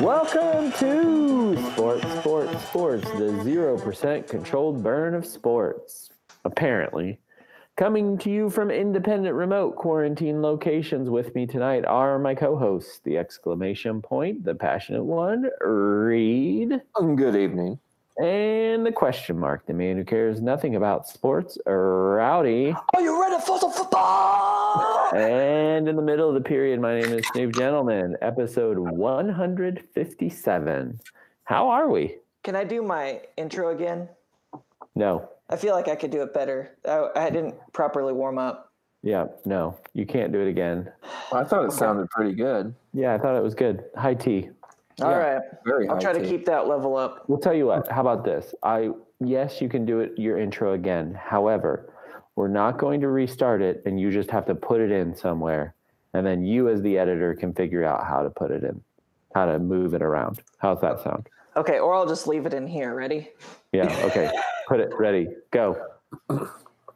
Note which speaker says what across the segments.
Speaker 1: Welcome to Sports, Sports, Sports, the 0% controlled burn of sports. Apparently. Coming to you from independent remote quarantine locations with me tonight are my co hosts, the exclamation point, the passionate one, Reed,
Speaker 2: Mm, Good evening.
Speaker 1: and the question mark, the man who cares nothing about sports, Rowdy.
Speaker 2: Are you ready for some football?
Speaker 1: And in the middle of the period, my name is Snoop Gentleman, episode 157. How are we?
Speaker 3: Can I do my intro again?
Speaker 1: No.
Speaker 3: I feel like I could do it better. I, I didn't properly warm up.
Speaker 1: Yeah, no. You can't do it again.
Speaker 2: I thought it sounded pretty good.
Speaker 1: Yeah, I thought it was good. High tea.
Speaker 3: All
Speaker 2: Yeah.
Speaker 3: right.
Speaker 2: Very.
Speaker 3: I'll try to
Speaker 2: high-key.
Speaker 3: keep that level up.
Speaker 1: We'll tell you what. How about this? I yes, you can do it your intro again. However, we're not going to restart it and you just have to put it in somewhere. And then you as the editor can figure out how to put it in, how to move it around. How's that sound?
Speaker 3: Okay, or I'll just leave it in here. Ready?
Speaker 1: Yeah, okay. put it ready. Go.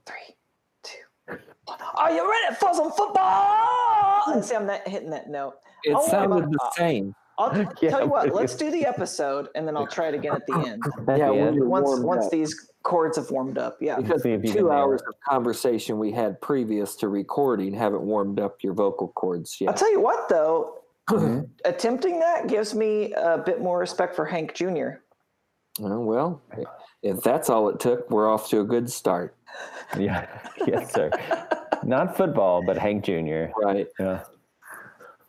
Speaker 3: Three, two, one. Are you ready for some football? See, I'm not hitting that note.
Speaker 2: It
Speaker 3: Oh,
Speaker 2: sounded
Speaker 3: uh,
Speaker 2: the same.
Speaker 3: I'll t-
Speaker 1: Yeah,
Speaker 3: tell you
Speaker 1: but
Speaker 3: what.
Speaker 1: it-
Speaker 3: Let's do the episode, and then I'll try it again at the end.
Speaker 1: At
Speaker 2: Yeah,
Speaker 1: the
Speaker 2: when
Speaker 1: end.
Speaker 2: you're
Speaker 3: Once
Speaker 2: warmed
Speaker 3: once
Speaker 2: up.
Speaker 3: these chords have warmed up, yeah.
Speaker 2: because
Speaker 1: See if you can
Speaker 2: two
Speaker 1: nail
Speaker 2: hours
Speaker 1: it.
Speaker 2: of conversation we had previous to recording haven't warmed up your vocal cords
Speaker 3: I'll
Speaker 2: yet.
Speaker 3: tell you what, though.
Speaker 2: Mm-hmm.
Speaker 3: Attempting that gives me a bit more respect for Hank Jr.
Speaker 2: Oh, well, if that's all it took, we're off to a good start,
Speaker 1: Yeah. yes, sir. Not football, but Hank Jr.
Speaker 2: right?
Speaker 1: Yeah.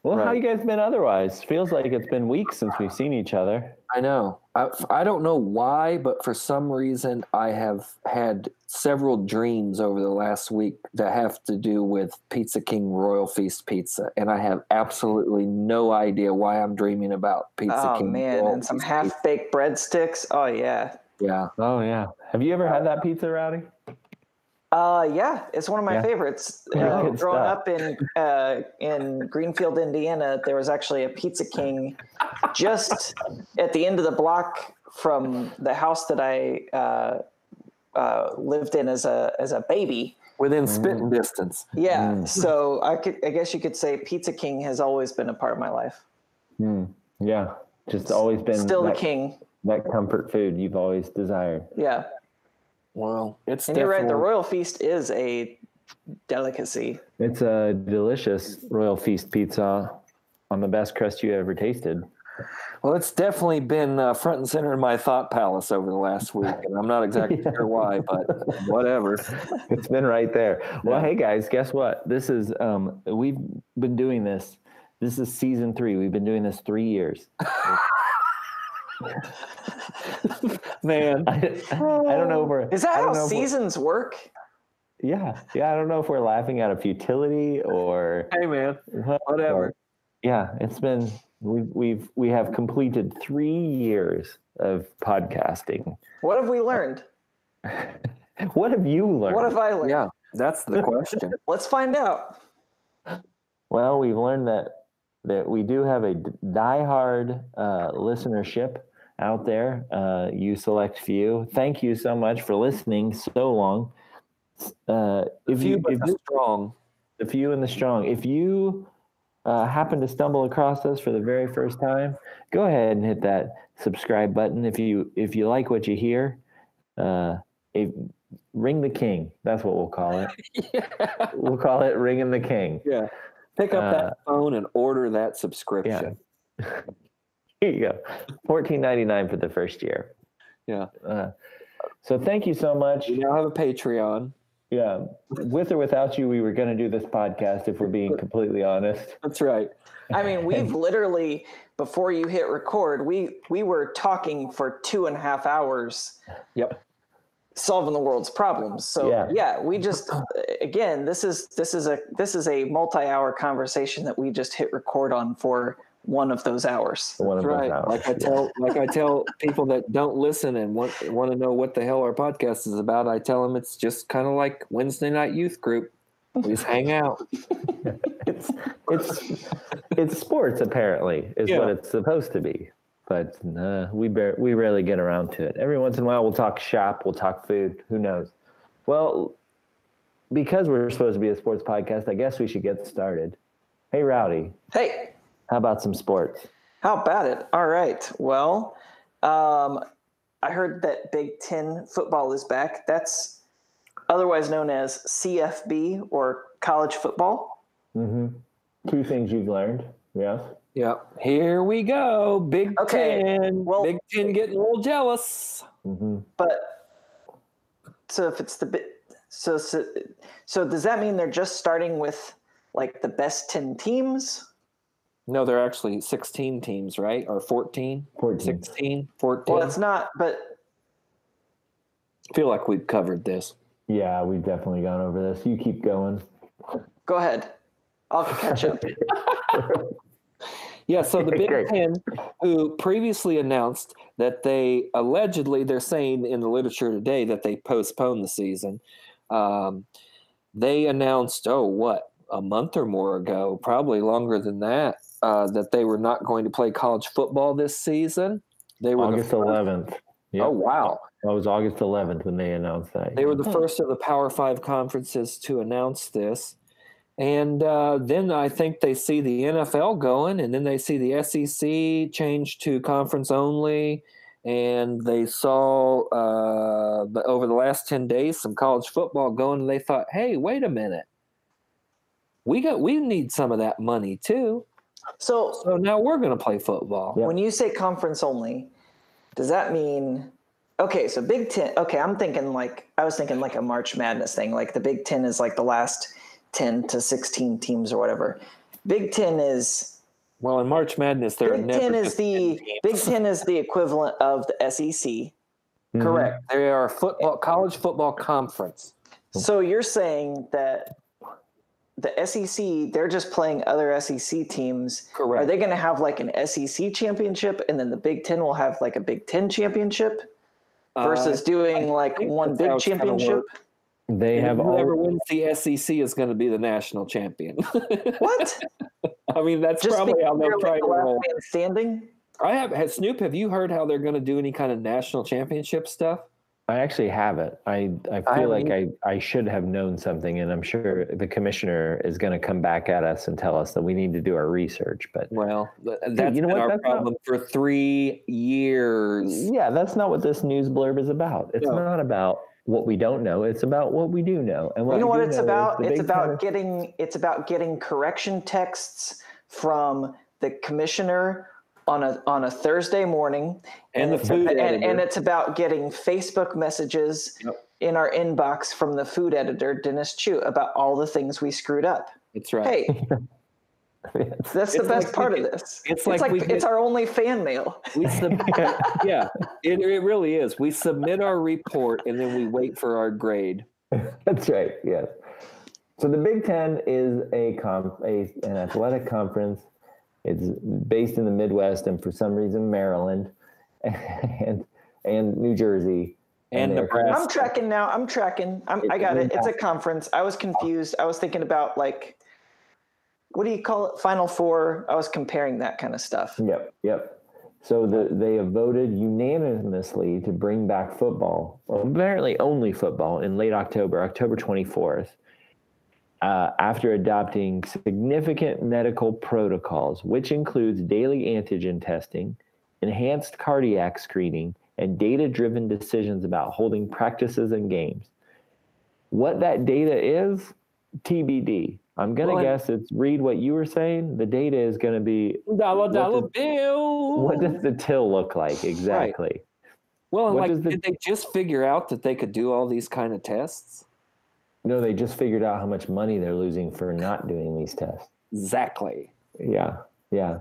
Speaker 1: Well, how
Speaker 2: Right.
Speaker 1: you guys been otherwise? Feels like it's been weeks since we've seen each other.
Speaker 2: I know. I, I don't know why, but for some reason, I have had several dreams over the last week that have to do with Pizza King Royal Feast Pizza, and I have absolutely no idea why I'm dreaming about Pizza
Speaker 3: Oh
Speaker 2: King.
Speaker 3: man,
Speaker 2: Royal
Speaker 3: and some
Speaker 2: Feast Pizza.
Speaker 3: half baked breadsticks. Oh yeah.
Speaker 2: Yeah,
Speaker 1: Oh yeah. Have you ever had that pizza, Rowdy?
Speaker 3: Uh yeah, it's one of my
Speaker 1: Yeah.
Speaker 3: favorites.
Speaker 1: Yeah,
Speaker 3: Uh,
Speaker 1: good
Speaker 3: growing
Speaker 1: stuff.
Speaker 3: up in uh, in Greenfield, Indiana, there was actually a Pizza King just at the end of the block from the house that I uh, uh, lived in as a as a baby.
Speaker 2: within spitting distance.
Speaker 3: Yeah,
Speaker 2: Mm.
Speaker 3: so I could I guess you could say Pizza King has always been a part of my life.
Speaker 1: Hmm. Yeah. Just always been
Speaker 3: Still
Speaker 1: that,
Speaker 3: the king.
Speaker 1: that comfort food you've always desired.
Speaker 3: Yeah,
Speaker 2: Well, it's
Speaker 3: and you're right. The
Speaker 2: definitely-
Speaker 3: royal feast is a delicacy.
Speaker 1: It's a delicious royal feast pizza on the best crust you ever tasted.
Speaker 2: Well, it's definitely been uh, front and center in my thought palace over the last week, and I'm not exactly sure why, but whatever.
Speaker 1: it's been right there. Well,
Speaker 2: Yeah.
Speaker 1: hey guys, guess what? This is um we've been doing this. This is season three. We've been doing this three years.
Speaker 2: Man,
Speaker 1: I, I don't know if we're
Speaker 3: Oh. Is that
Speaker 1: I don't know
Speaker 3: how
Speaker 1: if we're-
Speaker 3: seasons work?
Speaker 1: Yeah, yeah. I don't know if we're laughing out of futility or
Speaker 2: hey man, whatever.
Speaker 1: Yeah, it's been we've we've we have completed three years of podcasting.
Speaker 3: What have we learned?
Speaker 1: What have you learned?
Speaker 3: What have I learned?
Speaker 2: Yeah, that's the question.
Speaker 3: Let's find out.
Speaker 1: well, we've learned that that we do have a d- diehard uh, listenership out there. Uh, you select few. Thank you so much for listening so long. S- Uh, if
Speaker 2: few
Speaker 1: you
Speaker 2: but
Speaker 1: if
Speaker 2: the
Speaker 1: you
Speaker 2: strong.
Speaker 1: the few and the strong. If you uh, happen to stumble across us for the very first time, go ahead and hit that subscribe button. If you if you like what you hear, uh, if, ring the king. That's what we'll call it.
Speaker 2: yeah.
Speaker 1: we'll call it ringing the king.
Speaker 2: Pick up
Speaker 1: Uh,
Speaker 2: that phone and order that subscription.
Speaker 1: Here you go. Fourteen ninety nine for the first year.
Speaker 2: Yeah.
Speaker 1: Uh, so thank you so much.
Speaker 2: You now have a Patreon.
Speaker 1: Yeah. With or without you, we were going to do this podcast. If we're being completely honest.
Speaker 2: That's right.
Speaker 3: I mean, we've literally before you hit record, we we were talking for two and a half hours
Speaker 2: Yep.
Speaker 3: solving the world's problems. So
Speaker 1: Yeah.
Speaker 3: yeah, we just again, this is this is a this is a multi-hour conversation that we just hit record on for one of those hours.
Speaker 1: One of
Speaker 2: That's
Speaker 1: those
Speaker 2: right.
Speaker 1: hours.
Speaker 2: Like I
Speaker 1: Yeah.
Speaker 2: tell like I tell people that don't listen and want want to know what the hell our podcast is about, I tell them it's just kind of like Wednesday night youth group. We just hang out.
Speaker 1: it's it's it's sports apparently is what
Speaker 2: Yeah.
Speaker 1: it's supposed to be but uh, we bar- we rarely get around to it every once in a while we'll talk shop we'll talk food who knows well because we're supposed to be a sports podcast i guess we should get started hey rowdy
Speaker 3: Hey,
Speaker 1: how about some sports
Speaker 3: How about it? All right. Well, um, I heard that Big Ten football is back. That's otherwise known as CFB or college football.
Speaker 1: Mm-hmm. Two things you've learned. Yes.
Speaker 2: Yep. Here we go. Big
Speaker 3: Okay,
Speaker 2: Ten.
Speaker 3: well-
Speaker 2: Big Ten getting a little jealous.
Speaker 1: Mm-hmm.
Speaker 3: But so if it's the bi- so so so does that mean they're just starting with like the best ten teams?
Speaker 2: No, they're actually 16 teams, right? Or 14?
Speaker 1: 14.
Speaker 2: 16? 14?
Speaker 3: Hmm. Well, it's not. But
Speaker 2: I feel like we've covered this.
Speaker 1: Yeah, we've definitely gone over this. You keep going.
Speaker 3: go ahead. I'll catch up.
Speaker 2: Yeah, so the Big
Speaker 1: Great.
Speaker 2: Ten, who previously announced that they allegedly, they're saying in the literature today that they postponed the season, um, they announced, oh, what, a month or more ago, probably longer than that, uh, that they were not going to play college football this season. They were the
Speaker 1: August
Speaker 2: first-
Speaker 1: 11th. Yeah.
Speaker 2: Oh, wow.
Speaker 1: That was August 11th when they announced that.
Speaker 2: They were the first of the Power Five conferences to announce this. And uh, then I think they see the NFL going, and then they see the SEC change to conference only. And they saw uh, the- over the last 10 days some college football going, and they thought, hey, wait a minute. We got we need some of that money too.
Speaker 3: So
Speaker 2: So now we're going to play football.
Speaker 1: Yeah.
Speaker 3: When you say conference only, does that mean okay, so Big Ten okay, I'm thinking like I was thinking like a March Madness thing. Like the Big Ten is like the last ten to sixteen teams or whatever. Big Ten is
Speaker 2: Well, in March Madness, there are
Speaker 3: Big
Speaker 2: never
Speaker 3: Ten is
Speaker 2: just
Speaker 3: the
Speaker 2: 10 teams.
Speaker 3: Big Ten is the equivalent of the E SEC.
Speaker 1: Mhm.
Speaker 2: correct. They are a football college football conference.
Speaker 3: So you're saying that the SEC, they're just playing other SEC teams.
Speaker 2: Correct.
Speaker 3: Are they going to have like an SEC championship and then the Big Ten will have like a Big Ten championship
Speaker 2: Uh,
Speaker 3: versus doing like
Speaker 2: think
Speaker 3: one
Speaker 2: that's how
Speaker 3: big
Speaker 2: it's gonna
Speaker 3: championship?
Speaker 1: Mm-hmm. They
Speaker 2: And
Speaker 1: have
Speaker 2: whoever
Speaker 1: all.
Speaker 2: wins the SEC is going to be the national champion.
Speaker 3: What?
Speaker 2: I mean, that's
Speaker 3: Just
Speaker 2: probably
Speaker 3: because
Speaker 2: how
Speaker 3: they're
Speaker 2: they'll
Speaker 3: like
Speaker 2: try to
Speaker 3: the last
Speaker 2: roll.
Speaker 3: man standing?
Speaker 2: I have has, Snoop. Have you heard how they're going to do any kind of national championship stuff?
Speaker 1: I actually have it. I, I
Speaker 2: I
Speaker 1: feel like I,
Speaker 2: haven't
Speaker 1: I should have known something, and I'm sure the commissioner is going to come back at us and tell us that we need to do our research. But
Speaker 2: Well, th- that's
Speaker 1: you know
Speaker 2: been
Speaker 1: what?
Speaker 2: our
Speaker 1: That's not-
Speaker 2: problem for three years.
Speaker 1: yeah, that's not what this news blurb is about. It's
Speaker 2: No.
Speaker 1: not about what we don't know. It's about what we do know. And what
Speaker 3: You know
Speaker 1: we
Speaker 3: what
Speaker 1: do
Speaker 3: it's
Speaker 1: know is
Speaker 3: about?
Speaker 1: the
Speaker 3: It's
Speaker 1: Big Ten-
Speaker 3: about getting it's about getting correction texts from the commissioner on a on a Thursday morning
Speaker 2: And the
Speaker 3: it's-
Speaker 2: food
Speaker 3: and,
Speaker 2: editor.
Speaker 3: and it's about getting Facebook messages
Speaker 2: Yep.
Speaker 3: in our inbox from the food editor Dennis Chu about all the things we screwed up.
Speaker 2: That's right.
Speaker 3: Hey, that's the
Speaker 2: It's
Speaker 3: best
Speaker 2: like we
Speaker 3: part
Speaker 2: get-
Speaker 3: of this.
Speaker 2: it's like we
Speaker 3: it's
Speaker 2: get-
Speaker 3: our only fan mail.
Speaker 2: We sub- yeah, it, it really is. We submit our report and then we wait for our grade.
Speaker 1: That's right. Yes. So the Big Ten is a com a, an athletic conference. It's based in the Midwest and for some reason Maryland and and New Jersey
Speaker 2: And
Speaker 1: they're-
Speaker 2: Nebraska.
Speaker 3: I'm tracking now. I'm tracking. I'm, I
Speaker 1: It's
Speaker 3: got
Speaker 1: an
Speaker 3: it. It's a conference. I was confused. I was thinking about like, what do you call it? Final four. I was comparing that kind of stuff.
Speaker 1: Yep, yep. So the, they have voted unanimously to bring back football, well, apparently only football, in late October, October 24th, uh, after adopting significant medical protocols, which includes daily antigen testing, enhanced cardiac screening, and data driven decisions about holding practices and games. What that data is, TBD. I'm going to
Speaker 2: Well, and-
Speaker 1: guess it's read what you were saying. The data is going to be
Speaker 2: Dollar
Speaker 1: What
Speaker 2: dollar
Speaker 1: does-
Speaker 2: bill.
Speaker 1: what does the till look like exactly?
Speaker 2: well, and
Speaker 1: what
Speaker 2: like,
Speaker 1: does the-
Speaker 2: did they just figure out that they could do all these kind of tests?
Speaker 1: No, they just figured out how much money they're losing for not doing these tests.
Speaker 2: Exactly.
Speaker 1: Yeah, yeah.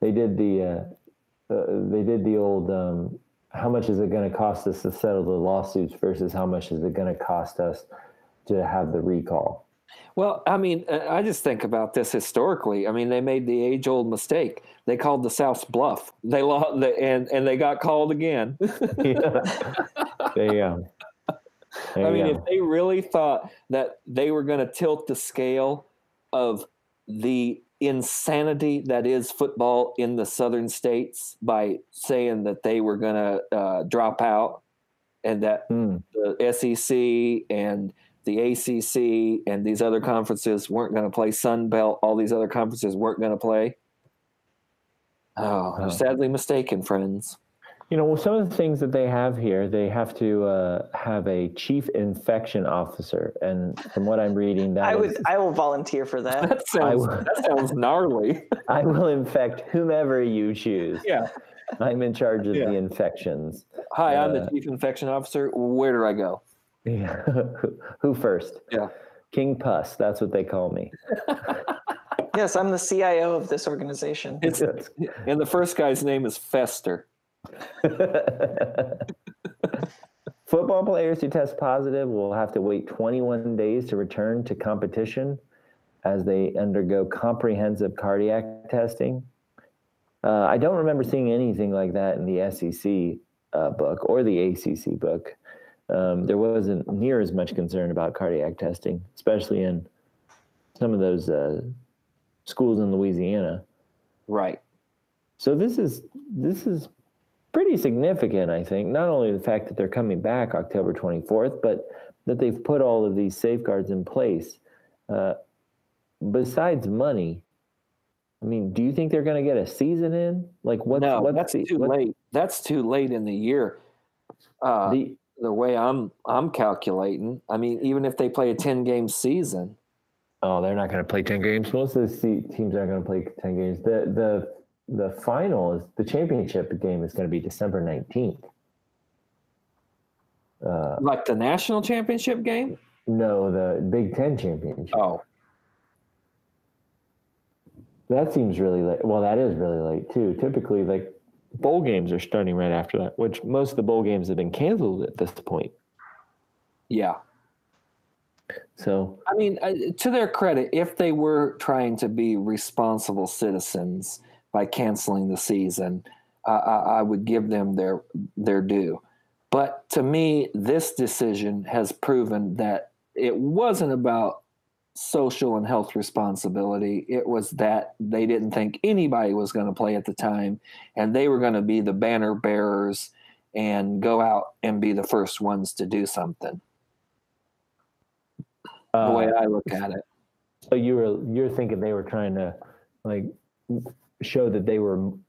Speaker 1: They did the uh, uh, they did the old um, how much is it going to cost us to settle the lawsuits versus how much is it going to cost us to have the recall?
Speaker 2: Well, I mean, uh, I just think about this historically. I mean, they made the age-old mistake. They called the South's bluff. They lost, the, and and they got called again.
Speaker 1: yeah. There you go. There
Speaker 2: I
Speaker 1: you
Speaker 2: mean,
Speaker 1: go.
Speaker 2: if they really thought that they were going to tilt the scale of the insanity that is football in the southern states by saying that they were going to uh, drop out and that
Speaker 1: Hmm.
Speaker 2: the SEC and the ACC and these other conferences weren't going to play Sun Belt. All these other conferences weren't going to play. Oh, you're sadly mistaken, friends.
Speaker 1: You know, well, some of the things that they have here, they have to uh, have a chief infection officer, and from what I'm reading, that
Speaker 3: I
Speaker 1: is-
Speaker 3: would. I will volunteer for that.
Speaker 2: That sounds
Speaker 1: w-
Speaker 2: that sounds gnarly.
Speaker 1: I will infect whomever you choose.
Speaker 2: Yeah.
Speaker 1: I'm in charge of
Speaker 2: Yeah.
Speaker 1: the infections.
Speaker 2: Hi, I'm
Speaker 1: Uh,
Speaker 2: the chief infection officer. Where do I go?
Speaker 1: Yeah. Who first?
Speaker 2: Yeah.
Speaker 1: King Puss. That's what they call me.
Speaker 3: yes, I'm the CIO of this organization.
Speaker 2: It's, and the first guy's name is Fester.
Speaker 1: Football players who test positive will have to wait 21 days to return to competition as they undergo comprehensive cardiac testing. Uh, I don't remember seeing anything like that in the SEC uh, book or the ACC book. Um, there wasn't near as much concern about cardiac testing, especially in some of those uh, schools in Louisiana.
Speaker 2: Right.
Speaker 1: So this is this is pretty significant, I think. Not only the fact that they're coming back October 24th, but that they've put all of these safeguards in place. Uh, besides money, I mean, do you think they're going to get a season in? Like, what's
Speaker 2: no,
Speaker 1: what's
Speaker 2: that's
Speaker 1: the,
Speaker 2: too
Speaker 1: what's
Speaker 2: late. That's too late in the year. Uh, the,
Speaker 1: the
Speaker 2: way I'm I'm calculating, I mean, even if they play a ten game season,
Speaker 1: Oh, they're not going to play 10 games. Most of the se- teams aren't going to play 10 games. The the the final is the championship game is going to be December 19th. Uh,
Speaker 2: like the national championship game.
Speaker 1: no, the Big Ten championship.
Speaker 2: Oh,
Speaker 1: That seems really late. Well, that is really late too. Typically, like bowl games are starting right after that, which most of the bowl games have been canceled at this point.
Speaker 2: yeah.
Speaker 1: So,
Speaker 2: I mean, uh, to their credit, if they were trying to be responsible citizens by canceling the season, uh, I, I would give them their their due. But to me, this decision has proven that it wasn't about social and health responsibility. It was that they didn't think anybody was going to play at the time, and they were going to be the banner bearers and go out and be the first ones to do something. The
Speaker 1: uh,
Speaker 2: way I look at it.
Speaker 1: so you were you're thinking they were trying to like show that they were m-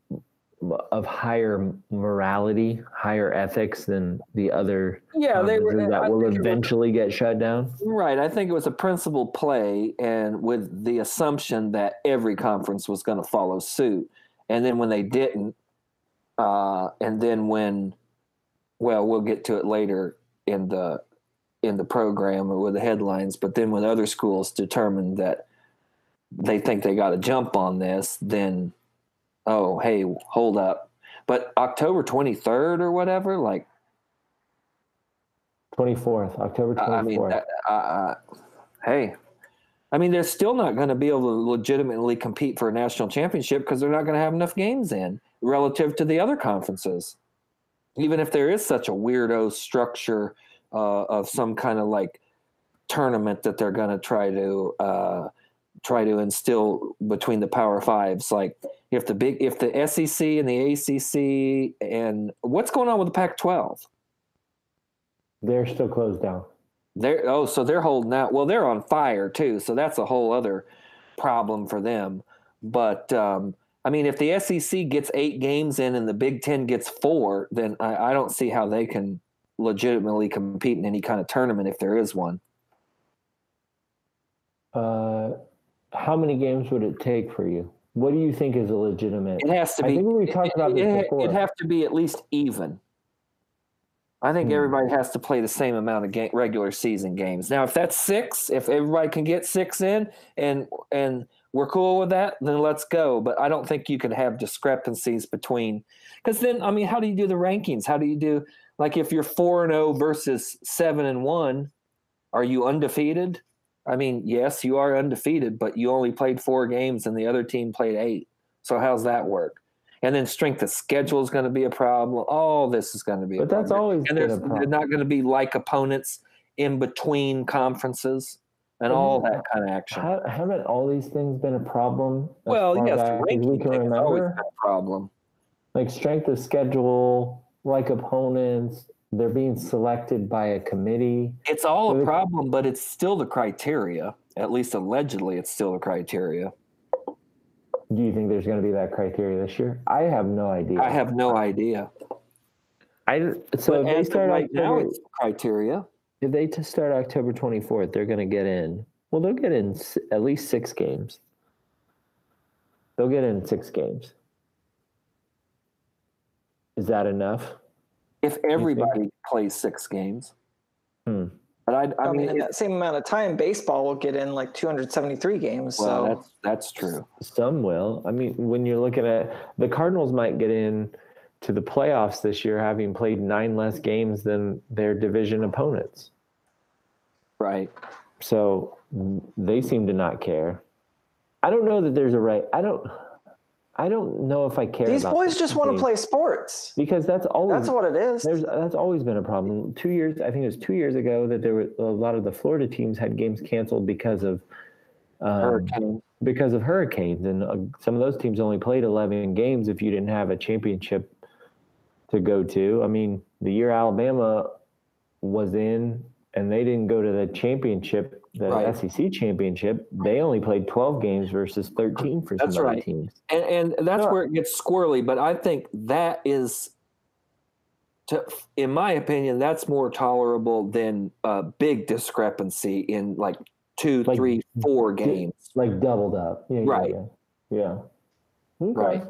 Speaker 1: of higher morality, higher ethics than the other
Speaker 2: Yeah, they were
Speaker 1: conferences
Speaker 2: I
Speaker 1: that will
Speaker 2: think it was-
Speaker 1: eventually get shut down.
Speaker 2: right. I think it was a principal play, and with the assumption that every conference was going to follow suit, and then when they didn't, uh, and then when, well, we'll get to it later in the in the program or with the headlines, but then when other schools determined that they think they got a jump on this, then oh hey, hold up. But October twenty third or whatever, like
Speaker 1: 24th, October
Speaker 2: I-
Speaker 1: 24th.
Speaker 2: I mean, that, I, I, hey, I mean, they're still not going to be able to legitimately compete for a national championship because they're not going to have enough games in relative to the other conferences. Even if there is such a weirdo structure uh, of some kind of like tournament that they're going to try to uh, try to instill between the Power Fives, like if the big, if the SEC and the ACC and what's going on with the Pac-12.
Speaker 1: They're still closed down.
Speaker 2: They're oh, so they're holding out. Well, they're on fire too, so that's a whole other problem for them. But um, I mean, if the SEC gets eight games in and the Big Ten gets four, then I, I don't see how they can legitimately compete in any kind of tournament if there is one.
Speaker 1: Uh, how many games would it take for you? What do you think is a legitimate?
Speaker 2: It has to
Speaker 1: I
Speaker 2: be.
Speaker 1: think we talked about this
Speaker 2: it,
Speaker 1: before.
Speaker 2: would have to be at least even. I think
Speaker 1: Hmm.
Speaker 2: everybody has to play the same amount of game, regular season games. Now, if that's six, if everybody can get six in, and and we're cool with that, then let's go. But I don't think you can have discrepancies between, because then I mean, how do you do the rankings? How do you do like if you're four and zero versus seven and one, are you undefeated? I mean, yes, you are undefeated, but you only played four games and the other team played eight. So how's that work? And then strength of schedule is going to be a problem. All this is going to be. a
Speaker 1: but that's
Speaker 2: problem.
Speaker 1: always
Speaker 2: And
Speaker 1: been
Speaker 2: there's
Speaker 1: a
Speaker 2: they're
Speaker 1: problem.
Speaker 2: not going to be like opponents in between conferences and all that kind of action.
Speaker 1: How, haven't all these things been a problem? as
Speaker 2: well,
Speaker 1: far
Speaker 2: yes, the
Speaker 1: back as we
Speaker 2: ranking
Speaker 1: can
Speaker 2: thing is always been
Speaker 1: remember,
Speaker 2: a problem.
Speaker 1: like strength of schedule, like opponents, they're being selected by a committee.
Speaker 2: It's all
Speaker 1: Well,
Speaker 2: a
Speaker 1: it-
Speaker 2: problem, but it's still the criteria. At least allegedly, it's still the criteria.
Speaker 1: Do you think there's going to be that criteria this year? I have no idea.
Speaker 2: I have no idea.
Speaker 1: I so
Speaker 2: But
Speaker 1: if they
Speaker 2: as of
Speaker 1: start
Speaker 2: right now,
Speaker 1: October,
Speaker 2: it's criteria.
Speaker 1: if they t- start October 24th, they're going to get in. Well, they'll get in s- at least six games. They'll get in six games. Is that enough?
Speaker 2: If everybody plays six games,
Speaker 1: Hmm.
Speaker 2: but I,
Speaker 3: I,
Speaker 2: I,
Speaker 3: mean,
Speaker 2: mean,
Speaker 3: in
Speaker 2: it-
Speaker 3: that same amount of time, baseball will get in like 273 games.
Speaker 2: well,
Speaker 3: so
Speaker 2: that's that's true.
Speaker 1: Some will. I mean, when you're looking at the Cardinals, might get in to the playoffs this year having played nine less games than their division opponents.
Speaker 2: Right.
Speaker 1: So they seem to not care. I don't know that there's a right. I don't. I don't know if I care.
Speaker 3: these
Speaker 1: about
Speaker 3: boys
Speaker 1: this
Speaker 3: just want to
Speaker 1: team.
Speaker 3: play sports.
Speaker 1: because that's always
Speaker 3: That's what it is.
Speaker 1: there's that's always been a problem. Two years, I think it was two years ago that there were a lot of the Florida teams had games canceled because of um,
Speaker 2: Hurricane.
Speaker 1: because of hurricanes, and uh, some of those teams only played eleven games if you didn't have a championship to go to. I mean, the year Alabama was in and they didn't go to the championship, the
Speaker 2: Right.
Speaker 1: SEC championship, they only played twelve games versus thirteen for some
Speaker 2: That's
Speaker 1: other
Speaker 2: right.
Speaker 1: teams.
Speaker 2: and, and that's
Speaker 1: No.
Speaker 2: where it gets squirrely. But I think that is, to, in my opinion, that's more tolerable than a big discrepancy in like two,
Speaker 1: Like,
Speaker 2: three, four games.
Speaker 1: like doubled up. Yeah, yeah,
Speaker 2: Right.
Speaker 1: Yeah. yeah. Okay.
Speaker 2: Right.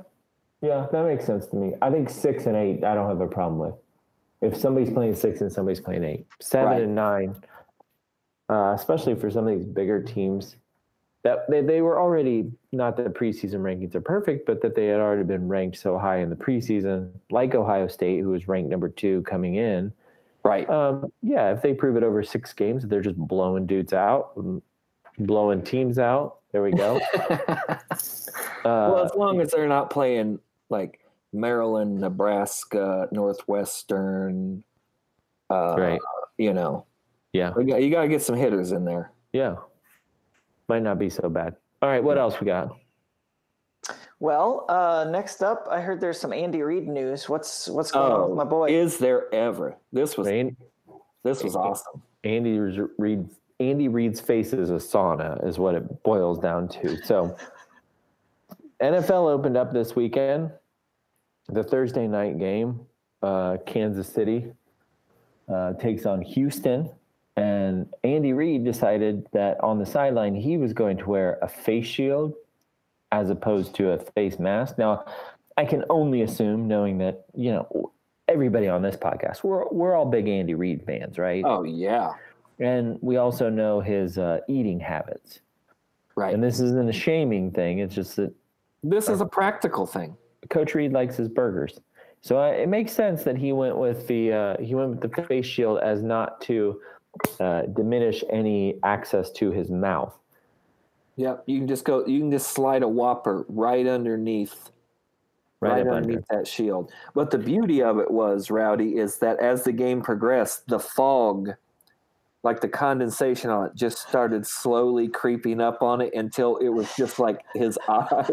Speaker 1: Yeah, that makes sense to me. I think six and eight, I don't have a problem with. If somebody's playing six and somebody's playing eight, seven
Speaker 2: Right.
Speaker 1: and nine, uh, especially for some of these bigger teams, that they, they were already not that the preseason rankings are perfect, but that they had already been ranked so high in the preseason, like Ohio State, who was ranked number two coming in.
Speaker 2: Right.
Speaker 1: Um, yeah, if they prove it over six games, they're just blowing dudes out, and blowing teams out. There we go.
Speaker 2: well,
Speaker 1: Uh,
Speaker 2: as long as they're not playing like Maryland, Nebraska, Northwestern, uh,
Speaker 1: right.
Speaker 2: you know,
Speaker 1: Yeah.
Speaker 2: we got- you got to get some hitters in there.
Speaker 1: Yeah. Might not be so bad. All right. What else we got?
Speaker 3: Well, uh, next up, I heard there's some Andy Reid news. What's what's going on
Speaker 1: Oh.
Speaker 3: with my boy?
Speaker 2: Is there ever? This was
Speaker 1: An-
Speaker 2: this was awesome.
Speaker 1: Andy Reid. Andy Reid's face is a sauna, is what it boils down to. So, NFL opened up this weekend. The Thursday night game, uh, Kansas City uh, takes on Houston, and Andy Reid decided that on the sideline he was going to wear a face shield as opposed to a face mask. Now, I can only assume, knowing that you know everybody on this podcast, we're we're all big Andy Reid fans, right?
Speaker 2: Oh yeah,
Speaker 1: And we also know his uh, eating habits.
Speaker 2: right.
Speaker 1: And this isn't a shaming thing. It's just that
Speaker 2: This is a practical thing.
Speaker 1: Coach Reed likes his burgers, so uh, it makes sense that he went with the uh, he went with the face shield as not to uh, diminish any access to his mouth.
Speaker 2: Yep. You can just go. You can just slide a whopper right underneath,
Speaker 1: Right,
Speaker 2: right
Speaker 1: up under.
Speaker 2: underneath that shield. But the beauty of it was, Rowdy, is that as the game progressed, the fog, like the condensation on it, just started slowly creeping up on it until it was just like his eyes.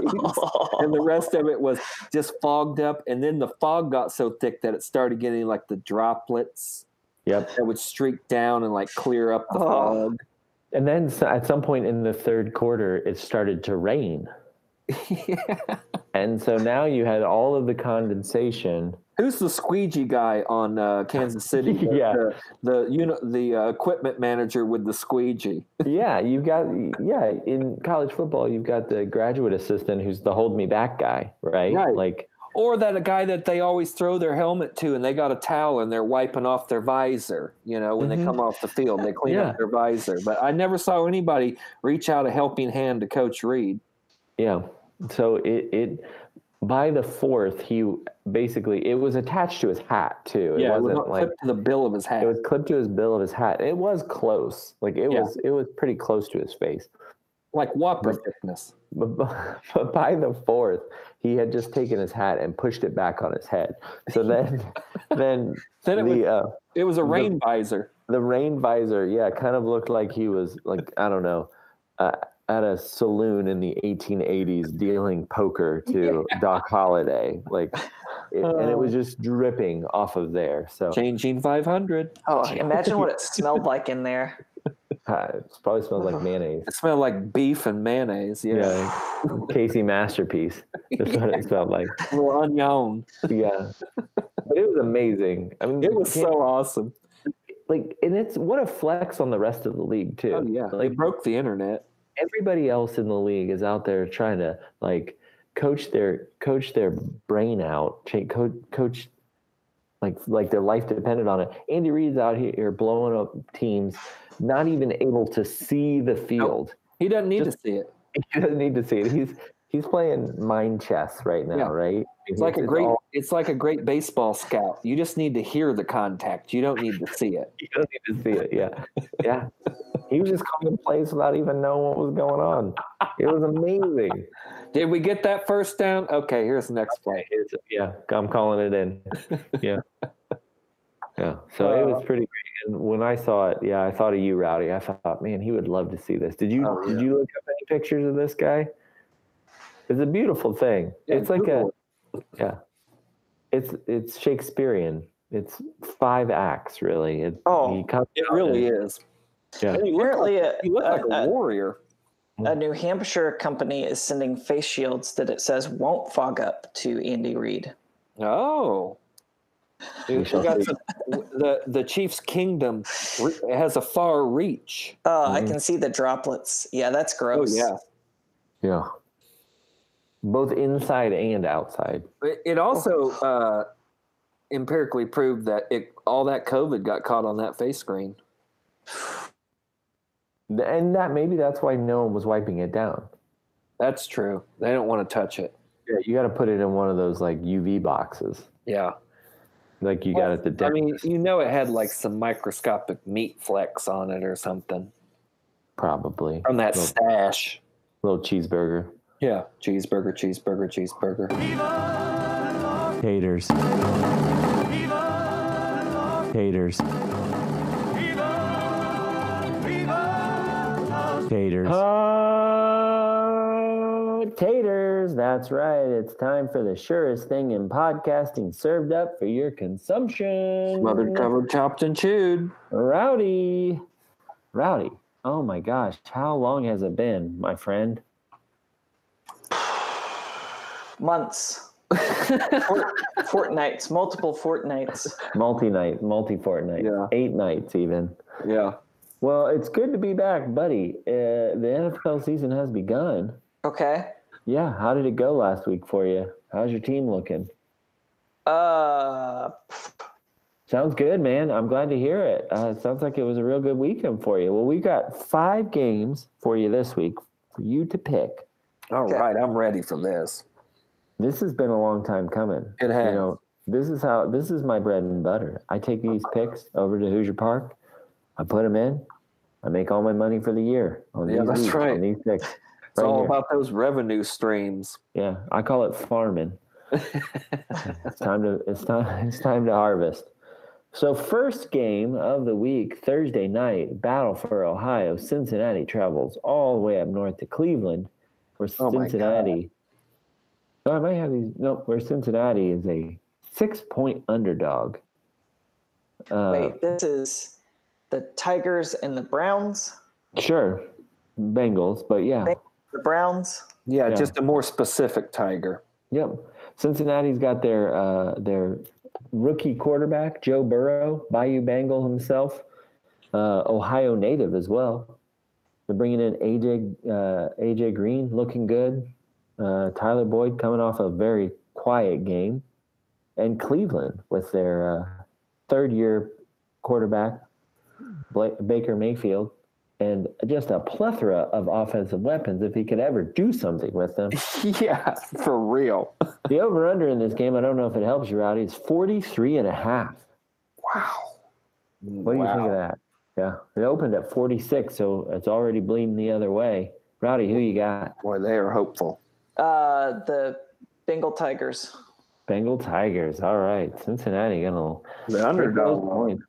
Speaker 2: And the rest of it was just fogged up, and then the fog got so thick that it started getting like the droplets
Speaker 1: Yep.
Speaker 2: that would streak down and like clear up the
Speaker 3: Oh.
Speaker 2: fog.
Speaker 1: And then s- at some point in the third quarter, it started to rain, and so now you had all of the condensation.
Speaker 2: Who's the squeegee guy on uh, Kansas City? The-
Speaker 1: Yeah.
Speaker 2: the the, you know, the uh, equipment manager with the squeegee.
Speaker 1: yeah, you've got yeah in college football, you've got the graduate assistant who's the hold me back guy, right?
Speaker 2: Right.
Speaker 1: Like
Speaker 2: Or that a guy that they always throw their helmet to, and they got a towel and they're wiping off their visor. You know, when they
Speaker 1: Mhm.
Speaker 2: come off the field, they clean
Speaker 1: Yeah.
Speaker 2: up their visor. But I never saw anybody reach out a helping hand to Coach Reed.
Speaker 1: Yeah. So it it by the fourth, he basically it was attached to his hat too.
Speaker 2: Yeah,
Speaker 1: it
Speaker 2: it was
Speaker 1: wasn't
Speaker 2: not
Speaker 1: like
Speaker 2: clipped to the bill of his hat.
Speaker 1: it was clipped to his bill of his hat. It was close. Like it
Speaker 2: Yeah.
Speaker 1: was it was pretty close to his face.
Speaker 2: like whopper thickness.
Speaker 1: But, b- but by the fourth, he had just taken his hat and pushed it back on his head. So then then
Speaker 2: Then it
Speaker 1: the
Speaker 2: was
Speaker 1: uh,
Speaker 2: it was a rain visor.
Speaker 1: the rain visor, yeah, kind of looked like he was like I don't know, uh, at a saloon in the 1880s dealing poker to Doc Holliday, like, it, and it was just dripping off of there. So
Speaker 2: Changing five hundred.
Speaker 3: oh, imagine what it smelled like in there.
Speaker 4: pie.
Speaker 1: uh,
Speaker 4: It probably smells like mayonnaise.
Speaker 2: It smelled like beef and mayonnaise. uh-huh. Yeah,
Speaker 1: Yeah. Casey masterpiece. That's what it smelled like.
Speaker 2: a little onion.
Speaker 4: Yeah, but it was amazing. I mean,
Speaker 2: It was so awesome.
Speaker 1: Like, and it's what a flex on the rest of the league too.
Speaker 2: Oh yeah, they
Speaker 1: like
Speaker 2: broke the internet.
Speaker 1: everybody else in the league is out there trying to like coach their coach their brain out, cha- coach coach like like their life depended on it. Andy Reid's out here blowing up teams, not even able to see the field.
Speaker 2: He doesn't need
Speaker 1: Just-
Speaker 2: to see it.
Speaker 1: He doesn't need to see it. He's he's playing mind chess right now,
Speaker 2: Yeah.
Speaker 1: right?
Speaker 2: It's like a great.
Speaker 1: all-
Speaker 2: It's like a great baseball scout. You just need to hear the contact. You don't need to see it.
Speaker 1: You don't need to see it. Yeah. Yeah. he was just calling plays without even knowing what was going on. It was amazing.
Speaker 2: Did we get that first down? Okay, here's the next play.
Speaker 1: It's- yeah. I'm calling it in. Yeah. Yeah. So it was pretty great. And when I saw it, yeah, I thought of you, Rowdy. I thought, man, he would love to see this. Did you
Speaker 2: Oh,
Speaker 1: did you look up any pictures of this guy? It's a beautiful thing.
Speaker 2: Yeah,
Speaker 1: it's like a
Speaker 2: Google
Speaker 1: yeah. It's it's Shakespearean. It's five acts really. It,
Speaker 3: Oh,
Speaker 1: he comes
Speaker 2: It
Speaker 1: out
Speaker 2: really
Speaker 1: and-
Speaker 2: is.
Speaker 1: Yeah.
Speaker 2: And you look
Speaker 3: Apparently, uh,
Speaker 2: like,
Speaker 3: a,
Speaker 2: you look like
Speaker 3: a-
Speaker 2: a
Speaker 3: a-
Speaker 2: warrior.
Speaker 3: a New Hampshire company is sending face shields that it says won't fog up to Andy Reid.
Speaker 2: Oh.
Speaker 1: We
Speaker 2: Dude,
Speaker 1: shall
Speaker 2: we got
Speaker 1: see.
Speaker 2: some, the the Chiefs' kingdom re- has a far reach.
Speaker 3: Oh, I can see the droplets. Yeah, that's
Speaker 2: Mm. Oh
Speaker 3: gross.
Speaker 2: yeah.
Speaker 1: Yeah. Both inside and outside.
Speaker 2: It, it also uh, empirically proved that it, all that COVID got caught on that face screen.
Speaker 1: Th- And that maybe that's why no one was wiping it down.
Speaker 2: That's true. They don't want to touch it.
Speaker 1: Yeah, you got to put it in one of those like UV boxes,
Speaker 2: Yeah.
Speaker 1: like you got at the
Speaker 2: I
Speaker 1: dentist.
Speaker 2: mean, you know, it had like some microscopic meat flecks on it or something
Speaker 1: probably
Speaker 2: from that
Speaker 1: Little-
Speaker 2: stash.
Speaker 1: little cheeseburger.
Speaker 2: Yeah. Cheeseburger, cheeseburger, cheeseburger.
Speaker 1: Haters. Haters. Taters. Uh, taters. That's right. It's time for the surest thing in podcasting served up for your consumption.
Speaker 2: Smothered, covered, chopped, and chewed.
Speaker 1: Rowdy. Rowdy. Oh my gosh. How long has it been, my friend?
Speaker 3: Months. Fort, fortnights, multiple fortnights.
Speaker 1: Multi night, multi fortnight,
Speaker 2: Yeah.
Speaker 1: eight nights even.
Speaker 2: Yeah.
Speaker 1: Well, it's good to be back, buddy. Uh, the NFL season has begun.
Speaker 3: Okay.
Speaker 1: Yeah, how did it go last week for you? How's your team looking?
Speaker 3: Uh,
Speaker 1: Sounds good, man. I'm glad to hear it. Uh, it sounds like it was a real good weekend for you. Well, we got five games for you this week for you to pick.
Speaker 2: All
Speaker 3: Okay.
Speaker 2: right, I'm ready for this.
Speaker 1: This has been a long time coming.
Speaker 2: It has.
Speaker 1: You know, this is how this is my bread and butter. I take these picks over to Hoosier Park. I put them in. I make all my money for the year on
Speaker 2: Yeah,
Speaker 1: these
Speaker 2: that's
Speaker 1: leagues,
Speaker 2: right.
Speaker 1: on these picks.
Speaker 2: It's all
Speaker 1: here.
Speaker 2: about those revenue streams.
Speaker 1: Yeah, I call it farming. it's time to it's time it's time to harvest. So first game of the week, Thursday night, battle for Ohio. Cincinnati travels all the way up north to Cleveland, where
Speaker 2: Oh my God.
Speaker 1: Cincinnati. So I might have these. Nope, where Cincinnati is a six-point underdog. Uh,
Speaker 3: wait, this is the Tigers and the Browns.
Speaker 1: sure, Bengals, but yeah,
Speaker 3: The Browns.
Speaker 2: Yeah,
Speaker 1: Yeah.
Speaker 2: just a more specific tiger.
Speaker 1: Yep. Cincinnati's got their uh, their rookie quarterback Joe Burrow, Bayou Bengal himself, uh, Ohio native as well. They're bringing in AJ uh, AJ Green, looking good. Uh, Tyler Boyd coming off a very quiet game, and Cleveland with their uh, third year quarterback Blake, Baker Mayfield, and just a plethora of offensive weapons. If he could ever do something with them.
Speaker 2: yeah, for real.
Speaker 1: The over under in this game, I don't know if it helps you, Rowdy, is 43 and a half.
Speaker 2: Wow.
Speaker 1: What do you think of that? Yeah. It opened at 46, so it's already bleeding the other way. Rowdy, who you got?
Speaker 2: Boy, they are hopeful.
Speaker 3: Uh, the Bengal Tigers.
Speaker 1: Bengal Tigers. All right. Cincinnati gonna
Speaker 2: The
Speaker 1: Win.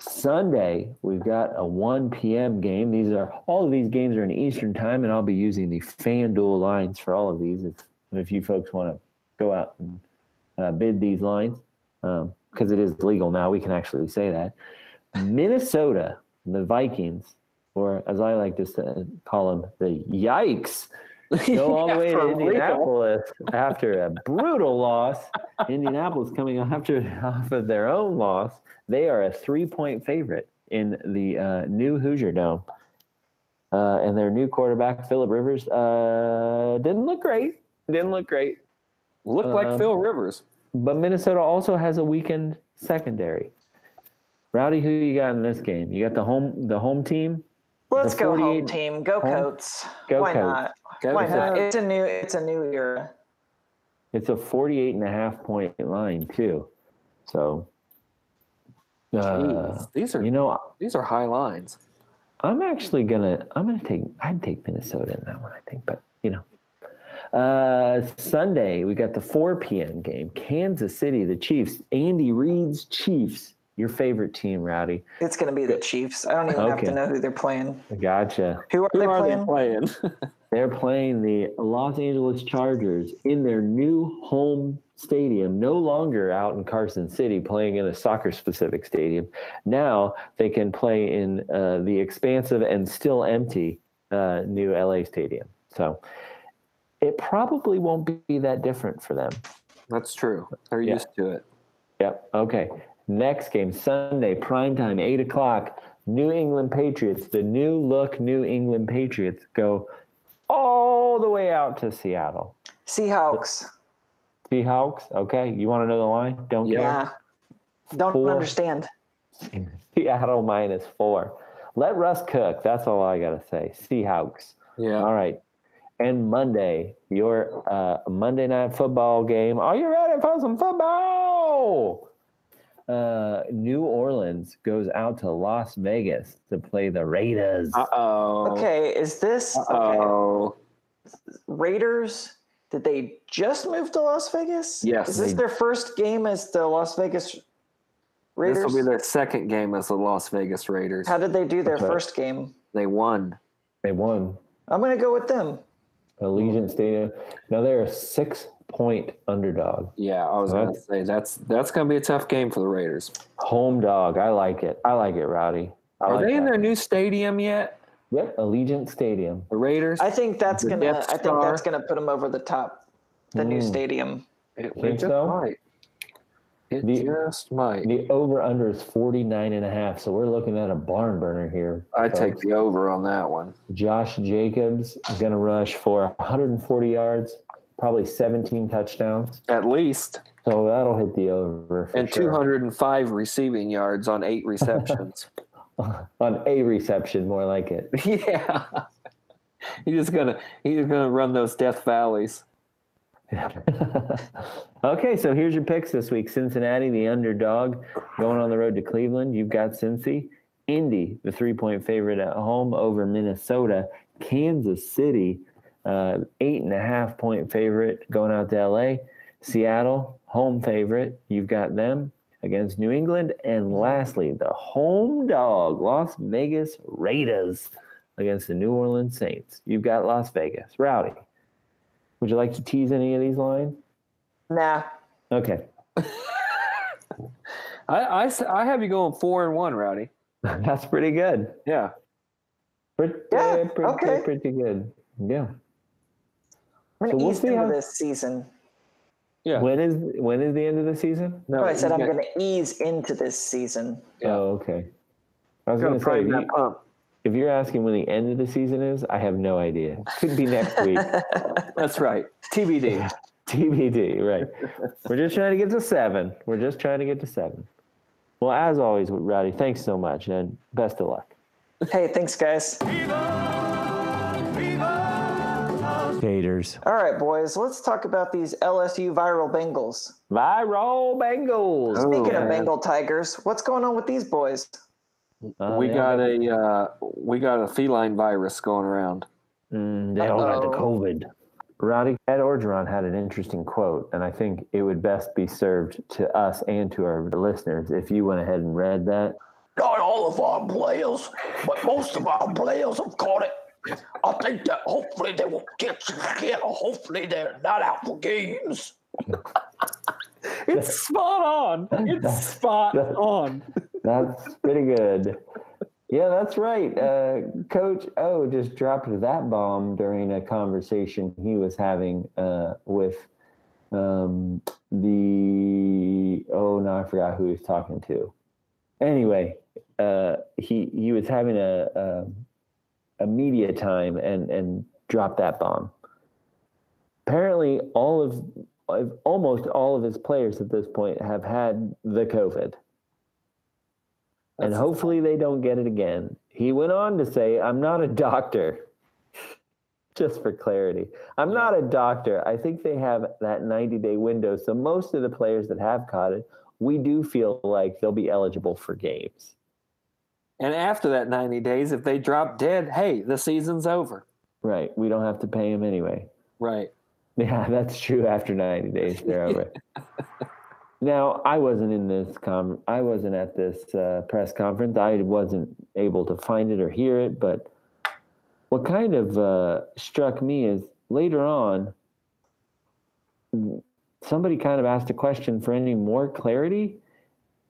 Speaker 1: Sunday, we've got a 1 p.m. game. These are all of these games are in Eastern time, and I'll be using the FanDuel lines for all of these. If if you folks want to go out and uh, bid these lines, Um, because it is legal now, we can actually say that. Minnesota, the Vikings or as I like to say, call them, the yikes. Go all the way to Indianapolis after a brutal loss. Indianapolis coming after off of their own loss. They are a three-point favorite in the uh, new Hoosier Dome. Uh, and their new quarterback, Philip Rivers, uh, didn't look great. Didn't look great.
Speaker 2: Look like
Speaker 1: Um,
Speaker 2: Phil Rivers.
Speaker 1: But Minnesota also has a weakened secondary. Rowdy, who you got in this game? You got the home the home team.
Speaker 3: Let's
Speaker 1: The
Speaker 3: go home
Speaker 1: 48
Speaker 3: team. Go
Speaker 1: home-
Speaker 3: Coats.
Speaker 1: Go
Speaker 3: Why
Speaker 1: Coats.
Speaker 3: not?
Speaker 2: Go
Speaker 3: Why
Speaker 2: Coats.
Speaker 3: not? It's a new. It's a new era.
Speaker 1: It's a 48 and a half point line too. So uh,
Speaker 2: Jeez, these are
Speaker 1: you know,
Speaker 2: these are high lines.
Speaker 1: I'm actually gonna I'm gonna take I'd take Minnesota in that one, I think, but you know. Uh Sunday, we got the 4 p.m. game. Kansas City, the Chiefs, Andy Reid's Chiefs, your favorite team, Rowdy.
Speaker 3: It's going to be the Chiefs. I don't even have to
Speaker 1: Okay.
Speaker 3: know who they're playing.
Speaker 1: Gotcha.
Speaker 3: Who are
Speaker 2: Who
Speaker 3: they
Speaker 2: are
Speaker 3: playing?
Speaker 2: they playing?
Speaker 1: They're playing the Los Angeles Chargers in their new home stadium, no longer out in Carson City playing in a soccer specific stadium. Now they can play in uh, the expansive and still empty uh, new LA stadium. So it probably won't be that different for them.
Speaker 2: That's true. They're
Speaker 1: Yeah.
Speaker 2: used to it.
Speaker 1: Yep. Okay. Next game, Sunday, prime time, 8 o'clock. New England Patriots, the new look New England Patriots go all the way out to Seattle.
Speaker 3: Seahawks.
Speaker 1: Seahawks. Okay, you want to know the line? Don't
Speaker 2: Yeah.
Speaker 3: Yeah. Don't
Speaker 1: Four.
Speaker 3: understand.
Speaker 1: care. Seattle minus four. Let Russ cook. That's all I gotta say. Seahawks.
Speaker 2: Yeah.
Speaker 1: All right. And Monday, your uh, Monday night football game. Are you ready for some football? Uh, New Orleans goes out to Las Vegas to play the Raiders.
Speaker 2: Uh oh.
Speaker 3: Okay, is this okay.
Speaker 2: Oh.
Speaker 3: Raiders? Did they just move to Las Vegas?
Speaker 2: Yes,
Speaker 3: Is this
Speaker 1: they-
Speaker 3: their first game as the Las Vegas
Speaker 2: This will
Speaker 3: Raiders?
Speaker 2: be their second game as the Las Vegas Raiders.
Speaker 3: How did they do their
Speaker 1: Okay.
Speaker 3: first game?
Speaker 2: They won.
Speaker 1: They won
Speaker 3: I'm going to go with them.
Speaker 1: Allegiant Stadium. Now they're a six-point underdog.
Speaker 2: Yeah, I was going to
Speaker 1: That's-
Speaker 2: say that's that's going to be a tough game for the Raiders.
Speaker 1: Home dog. I like it. I like it, Rowdy. I
Speaker 2: Are
Speaker 1: like
Speaker 2: they in
Speaker 1: that.
Speaker 2: their new stadium yet?
Speaker 1: Yep, Allegiant Stadium.
Speaker 2: The Raiders.
Speaker 3: I think that's
Speaker 2: The
Speaker 3: going to
Speaker 2: Death
Speaker 3: I think
Speaker 2: Star. Hmm.
Speaker 3: that's going to put them over the top. The new
Speaker 1: Mm.
Speaker 3: stadium.
Speaker 2: it it
Speaker 1: think
Speaker 2: just
Speaker 1: so?
Speaker 2: might. It
Speaker 1: The-
Speaker 2: just might.
Speaker 1: The over under is 49 and a half, so we're looking at a barn burner here.
Speaker 2: I take
Speaker 1: folks.
Speaker 2: the over on that one.
Speaker 1: Josh Jacobs is going to rush for 140 yards, probably 17 touchdowns.
Speaker 2: At least.
Speaker 1: So that'll hit the over for
Speaker 2: and
Speaker 1: sure.
Speaker 2: 205 receiving yards on eight receptions.
Speaker 1: on a reception, more like it.
Speaker 2: yeah. He's just gonna he's just gonna run those death valleys.
Speaker 1: okay, so here's your picks this week: Cincinnati, the underdog, going on the road to Cleveland. You've got Cincy, Indy, the three-point favorite at home over Minnesota, Kansas City, uh, eight and a half point favorite going out to LA, Seattle, home favorite. You've got them against New England, and lastly, the home dog, Las Vegas Raiders, against the New Orleans Saints. You've got Las Vegas, Rowdy. Would you like to tease any of these lines?
Speaker 3: Nah.
Speaker 1: Okay.
Speaker 2: I, I s- I have you going four and one, Rowdy.
Speaker 1: That's pretty good.
Speaker 2: Yeah.
Speaker 1: Pretty,
Speaker 3: Yeah,
Speaker 1: pretty,
Speaker 3: okay.
Speaker 1: pretty good. Yeah. So
Speaker 3: I'm going to
Speaker 1: we'll
Speaker 3: ease
Speaker 1: see
Speaker 3: into
Speaker 1: how-
Speaker 3: this season.
Speaker 2: Yeah.
Speaker 1: When is when is the end of the season?
Speaker 2: No,
Speaker 3: Oh, I said
Speaker 2: he's
Speaker 3: I'm
Speaker 2: got-
Speaker 3: going to ease into this season.
Speaker 2: Yeah.
Speaker 1: Oh, okay. I was
Speaker 2: he's gonna
Speaker 1: going to say,
Speaker 2: pray
Speaker 1: if,
Speaker 2: that
Speaker 1: you,
Speaker 2: pump.
Speaker 1: if you're asking when the end of the season is, I have no idea. Could be next week.
Speaker 2: That's right. TBD.
Speaker 1: TBD, right. We're just trying to get to seven. We're just trying to get to seven. Well, as always, Rowdy, thanks so much and best of luck.
Speaker 3: Hey, thanks guys.
Speaker 1: Taters.
Speaker 3: All right, boys, let's talk about these LSU viral Bengals.
Speaker 1: Viral Bengals.
Speaker 2: Oh.
Speaker 3: Speaking of
Speaker 2: man.
Speaker 3: Bengal Tigers, what's going on with these boys?
Speaker 1: Uh,
Speaker 2: we
Speaker 1: they all
Speaker 2: got a uh, we got a feline virus going around.
Speaker 1: Mm, they all got the
Speaker 3: Uh-oh.
Speaker 1: COVID. Roddy Ed Orgeron had an interesting quote, and I think it would best be served to us and to our listeners if you went ahead and read that.
Speaker 5: Not all of our players, but most of our players have caught it. I think that hopefully they will get together. Hopefully they're not out for games.
Speaker 2: It's spot on. It's spot on.
Speaker 1: That's pretty good. Yeah, that's right. Uh, Coach O just dropped that bomb during a conversation he was having uh, with um, the. Oh, no, I forgot who he was talking to. Anyway, uh, he he was having a, a a media time and and dropped that bomb. Apparently, all of of- almost all of his players at this point have had the COVID and hopefully they don't get it again. He went on to say, I'm not a doctor. Just for clarity, I'm not a doctor. I think they have that 90 day window. So most of the players that have caught it, we do feel like they'll be eligible for games.
Speaker 2: And after that 90 days, if they drop dead, hey, the season's over.
Speaker 1: Right. We don't have to pay them anyway.
Speaker 2: Right.
Speaker 1: Yeah, that's true. After 90 days, they're over. it. Now, I wasn't in this com. I wasn't at this uh, press conference. I wasn't able to find it or hear it. But what kind of uh, struck me is later on, somebody kind of asked a question for any more clarity,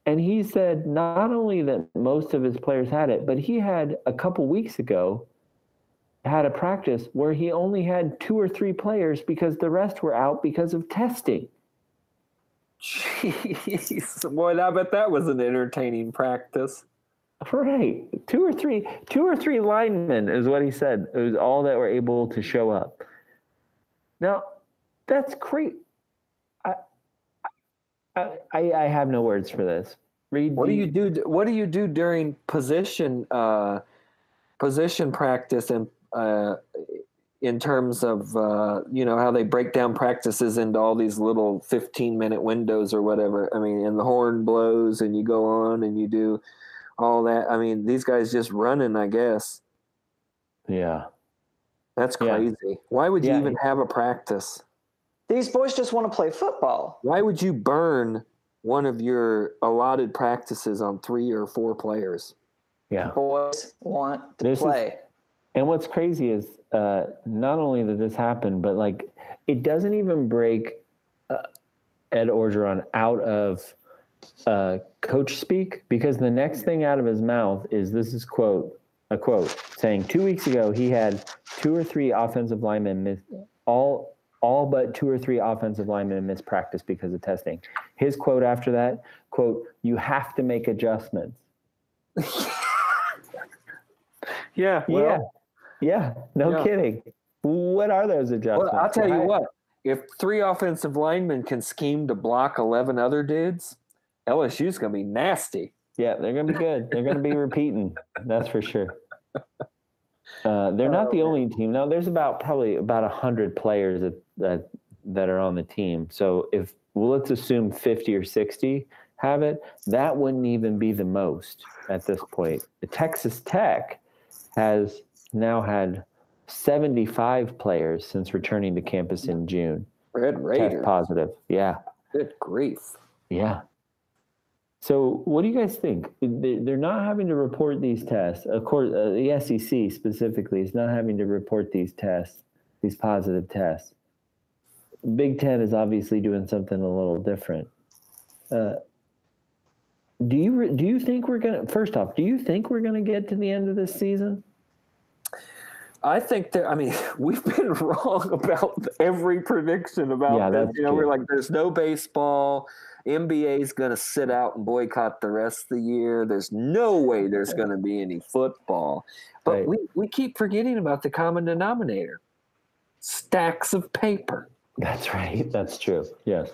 Speaker 1: and he said not only that most of his players had it, but he had a couple weeks ago had a practice where he only had two or three players because the rest were out because of testing.
Speaker 2: Jeez. Boy, I bet that was an entertaining practice.
Speaker 1: Right, two or three, two or three linemen is what he said. It was all that were able to show up. Now, that's great. I, I, I, I have no words for this. Reed,
Speaker 2: What do you do? What do you do during position uh, position practice and uh, in terms of uh, you know how they break down practices into all these little fifteen minute windows or whatever? I mean, and the horn blows and you go on and you do all that. I mean, these guys just running. I guess
Speaker 1: Yeah,
Speaker 2: that's
Speaker 1: Yeah.
Speaker 2: crazy. Why would
Speaker 1: Yeah.
Speaker 2: you even have a practice?
Speaker 3: These boys just want to play football.
Speaker 2: Why would you burn one of your allotted practices on three or four players?
Speaker 1: yeah.
Speaker 3: Boys want to
Speaker 1: This is-
Speaker 3: play.
Speaker 1: And what's crazy is uh, not only that this happened, but like it doesn't even break uh, Ed Orgeron out of uh, coach speak because the next thing out of his mouth is this is quote a quote saying two weeks ago he had two or three offensive linemen miss all all but two or three offensive linemen miss practice because of testing. His quote after that quote you have to make adjustments.
Speaker 2: Yeah.
Speaker 1: yeah, yeah, no
Speaker 2: Yeah.
Speaker 1: kidding. What are those
Speaker 2: Well,
Speaker 1: adjustments?
Speaker 2: I'll tell you
Speaker 1: Why-
Speaker 2: what. If three offensive linemen can scheme to block 11 other dudes, LSU's going to be nasty.
Speaker 1: Yeah, they're gonna be good. They're gonna be repeating. That's for sure. Uh, they're not
Speaker 2: Oh,
Speaker 1: the only team. Now there's about probably about a hundred players that, that that are on the team. So if well, let's assume fifty or sixty have it, that wouldn't even be the most at this point. The Texas Tech has now had seventy-five players since returning to campus in June.
Speaker 2: Red
Speaker 1: Test
Speaker 2: Raider.
Speaker 1: positive. Yeah.
Speaker 2: Good grief.
Speaker 1: Yeah. So, what do you guys think? They- They're not having to report these tests. Of course, uh, the SEC specifically is not having to report these tests, these positive tests. Big Ten is obviously doing something a little different. Uh, do you re- do you think we're gonna? First off, do you think we're gonna get to the end of this season?
Speaker 2: I think that, I mean, we've been wrong about every prediction about
Speaker 1: Yeah,
Speaker 2: this.
Speaker 1: that's
Speaker 2: You know, we're
Speaker 1: true.
Speaker 2: like, there's no baseball. NBA's going to sit out and boycott the rest of the year. There's no way there's going to be any football. But
Speaker 1: Right.
Speaker 2: we, we keep forgetting about the common denominator stacks of paper.
Speaker 1: That's right. That's true. Yes.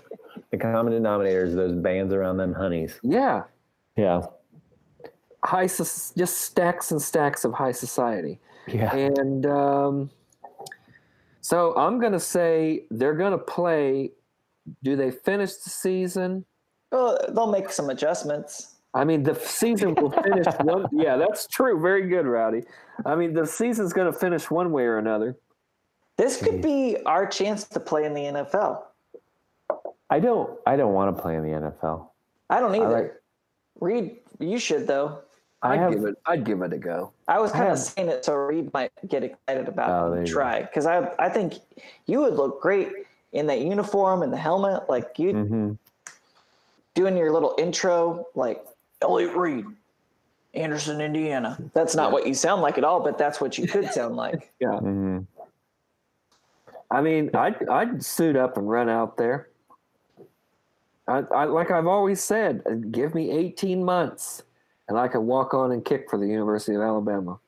Speaker 1: The common denominator is those bands around them honeys.
Speaker 2: Yeah.
Speaker 1: Yeah.
Speaker 2: high soc- just stacks and stacks of high society
Speaker 1: Yeah.
Speaker 2: and um, so i'm going to say they're going to play do they finish the season
Speaker 3: Well, they'll make some adjustments.
Speaker 2: i mean the season will finish one yeah that's true very good rowdy i mean the season's going to finish one way or another
Speaker 3: This
Speaker 1: Hmm.
Speaker 3: could be our chance to play in the NFL.
Speaker 1: I don't. I don't want to play in the NFL.
Speaker 3: I don't either.
Speaker 1: like-
Speaker 3: Reed, you should though.
Speaker 1: I
Speaker 2: i'd
Speaker 1: have-
Speaker 2: give it i'd give it a go
Speaker 3: I was kind
Speaker 1: have-
Speaker 3: of saying it so Reed might get excited about
Speaker 1: Oh,
Speaker 3: it
Speaker 1: there
Speaker 3: and
Speaker 1: you
Speaker 3: try because I I think you would look great in that uniform and the helmet, like you
Speaker 1: Mm-hmm.
Speaker 3: doing your little intro, like
Speaker 5: Elliot Reed,
Speaker 3: Anderson, Indiana. That's not what you sound like at all, but that's what you could sound like.
Speaker 1: hmm
Speaker 2: I mean, I'd I'd suit up and run out there. I, I like I've always said, uh, give me eighteen months, and I could walk on and kick for the University of Alabama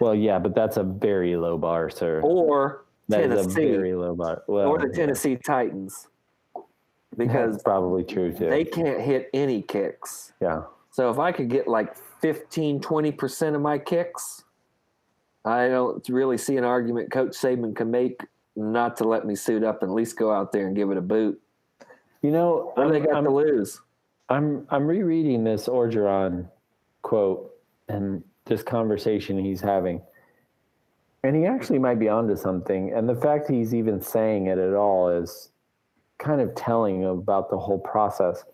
Speaker 1: Well, yeah, but that's a very low bar, sir.
Speaker 2: or
Speaker 1: That is a
Speaker 2: Tennessee
Speaker 1: very low bar. Well,
Speaker 2: or the
Speaker 1: yeah,
Speaker 2: Tennessee Titans,
Speaker 1: that's
Speaker 2: because
Speaker 1: probably true too.
Speaker 2: they can't hit any kicks.
Speaker 1: yeah.
Speaker 2: So if I could get like 15, 20% of my kicks, I don't really see an argument Coach Saban can make not to let me suit up and at least go out there and give it a boot.
Speaker 1: You know,
Speaker 2: What do they
Speaker 1: I'm-
Speaker 2: got
Speaker 1: I'm-
Speaker 2: to lose?
Speaker 1: I'm I'm rereading this Orgeron quote and this conversation he's having. And he actually might be onto something. And the fact he's even saying it at all is kind of telling about the whole process.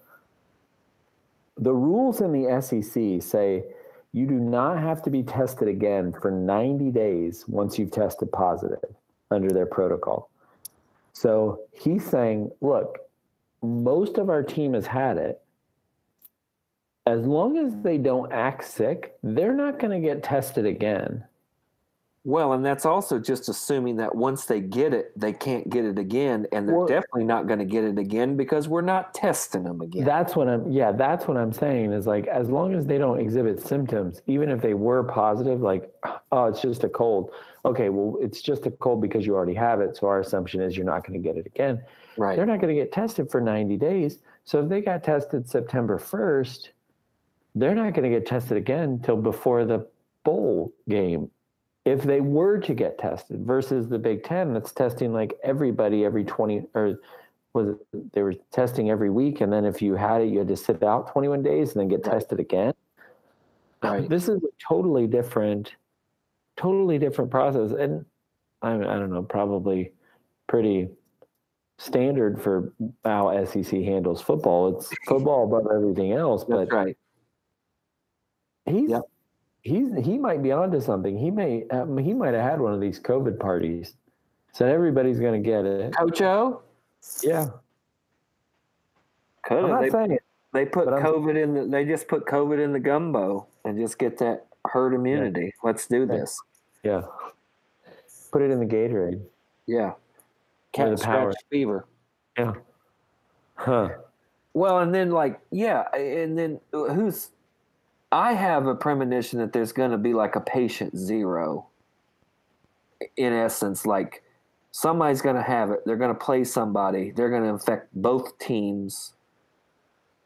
Speaker 1: The rules in the SEC say you do not have to be tested again for 90 days once you've tested positive under their protocol. So he's saying, look, most of our team has had it as long as they don't act sick, they're not going to get tested again.
Speaker 2: Well, and that's also just assuming that once they get it, they can't get it again, and they're
Speaker 1: Well-
Speaker 2: definitely not going to get it again because we're not testing them again.
Speaker 1: That's what I'm yeah, that's what I'm saying is like as long as they don't exhibit symptoms, even if they were positive like oh, it's just a cold. Okay, well, it's just a cold because you already have it, so our assumption is you're not going to get it again.
Speaker 2: right.
Speaker 1: They're not going to get tested for 90 days. So if they got tested September 1st, they're not going to get tested again till before the bowl game. If they were to get tested versus the Big Ten, that's testing like everybody every 20 or was it, they were testing every week. And then if you had it, you had to sit out 21 days and then get tested again.
Speaker 2: Right.
Speaker 1: This is a totally different, totally different process. And I, I don't know, probably pretty standard for how SEC handles football. It's football above everything else, but
Speaker 2: That's right.
Speaker 1: he's
Speaker 2: Yep.
Speaker 1: he's he might be onto something. He may um, he might have had one of these COVID parties, so everybody's going to get it.
Speaker 2: Coach O?
Speaker 1: Yeah,
Speaker 2: Could
Speaker 1: I'm not
Speaker 2: they,
Speaker 1: saying it.
Speaker 2: they put
Speaker 1: but I'm-
Speaker 2: COVID in the, they just put COVID in the gumbo and just get that herd immunity. Let's do this.
Speaker 1: Yeah, put it in the Gatorade.
Speaker 2: Yeah.
Speaker 1: Or
Speaker 2: Cat
Speaker 1: the
Speaker 2: and
Speaker 1: power.
Speaker 2: scratch fever.
Speaker 1: Yeah. Huh.
Speaker 2: Well, and then like yeah, and then uh, who's? I have a premonition that there's going to be like a patient zero. In essence, like somebody's going to have it. They're going to play somebody. They're going to infect both teams.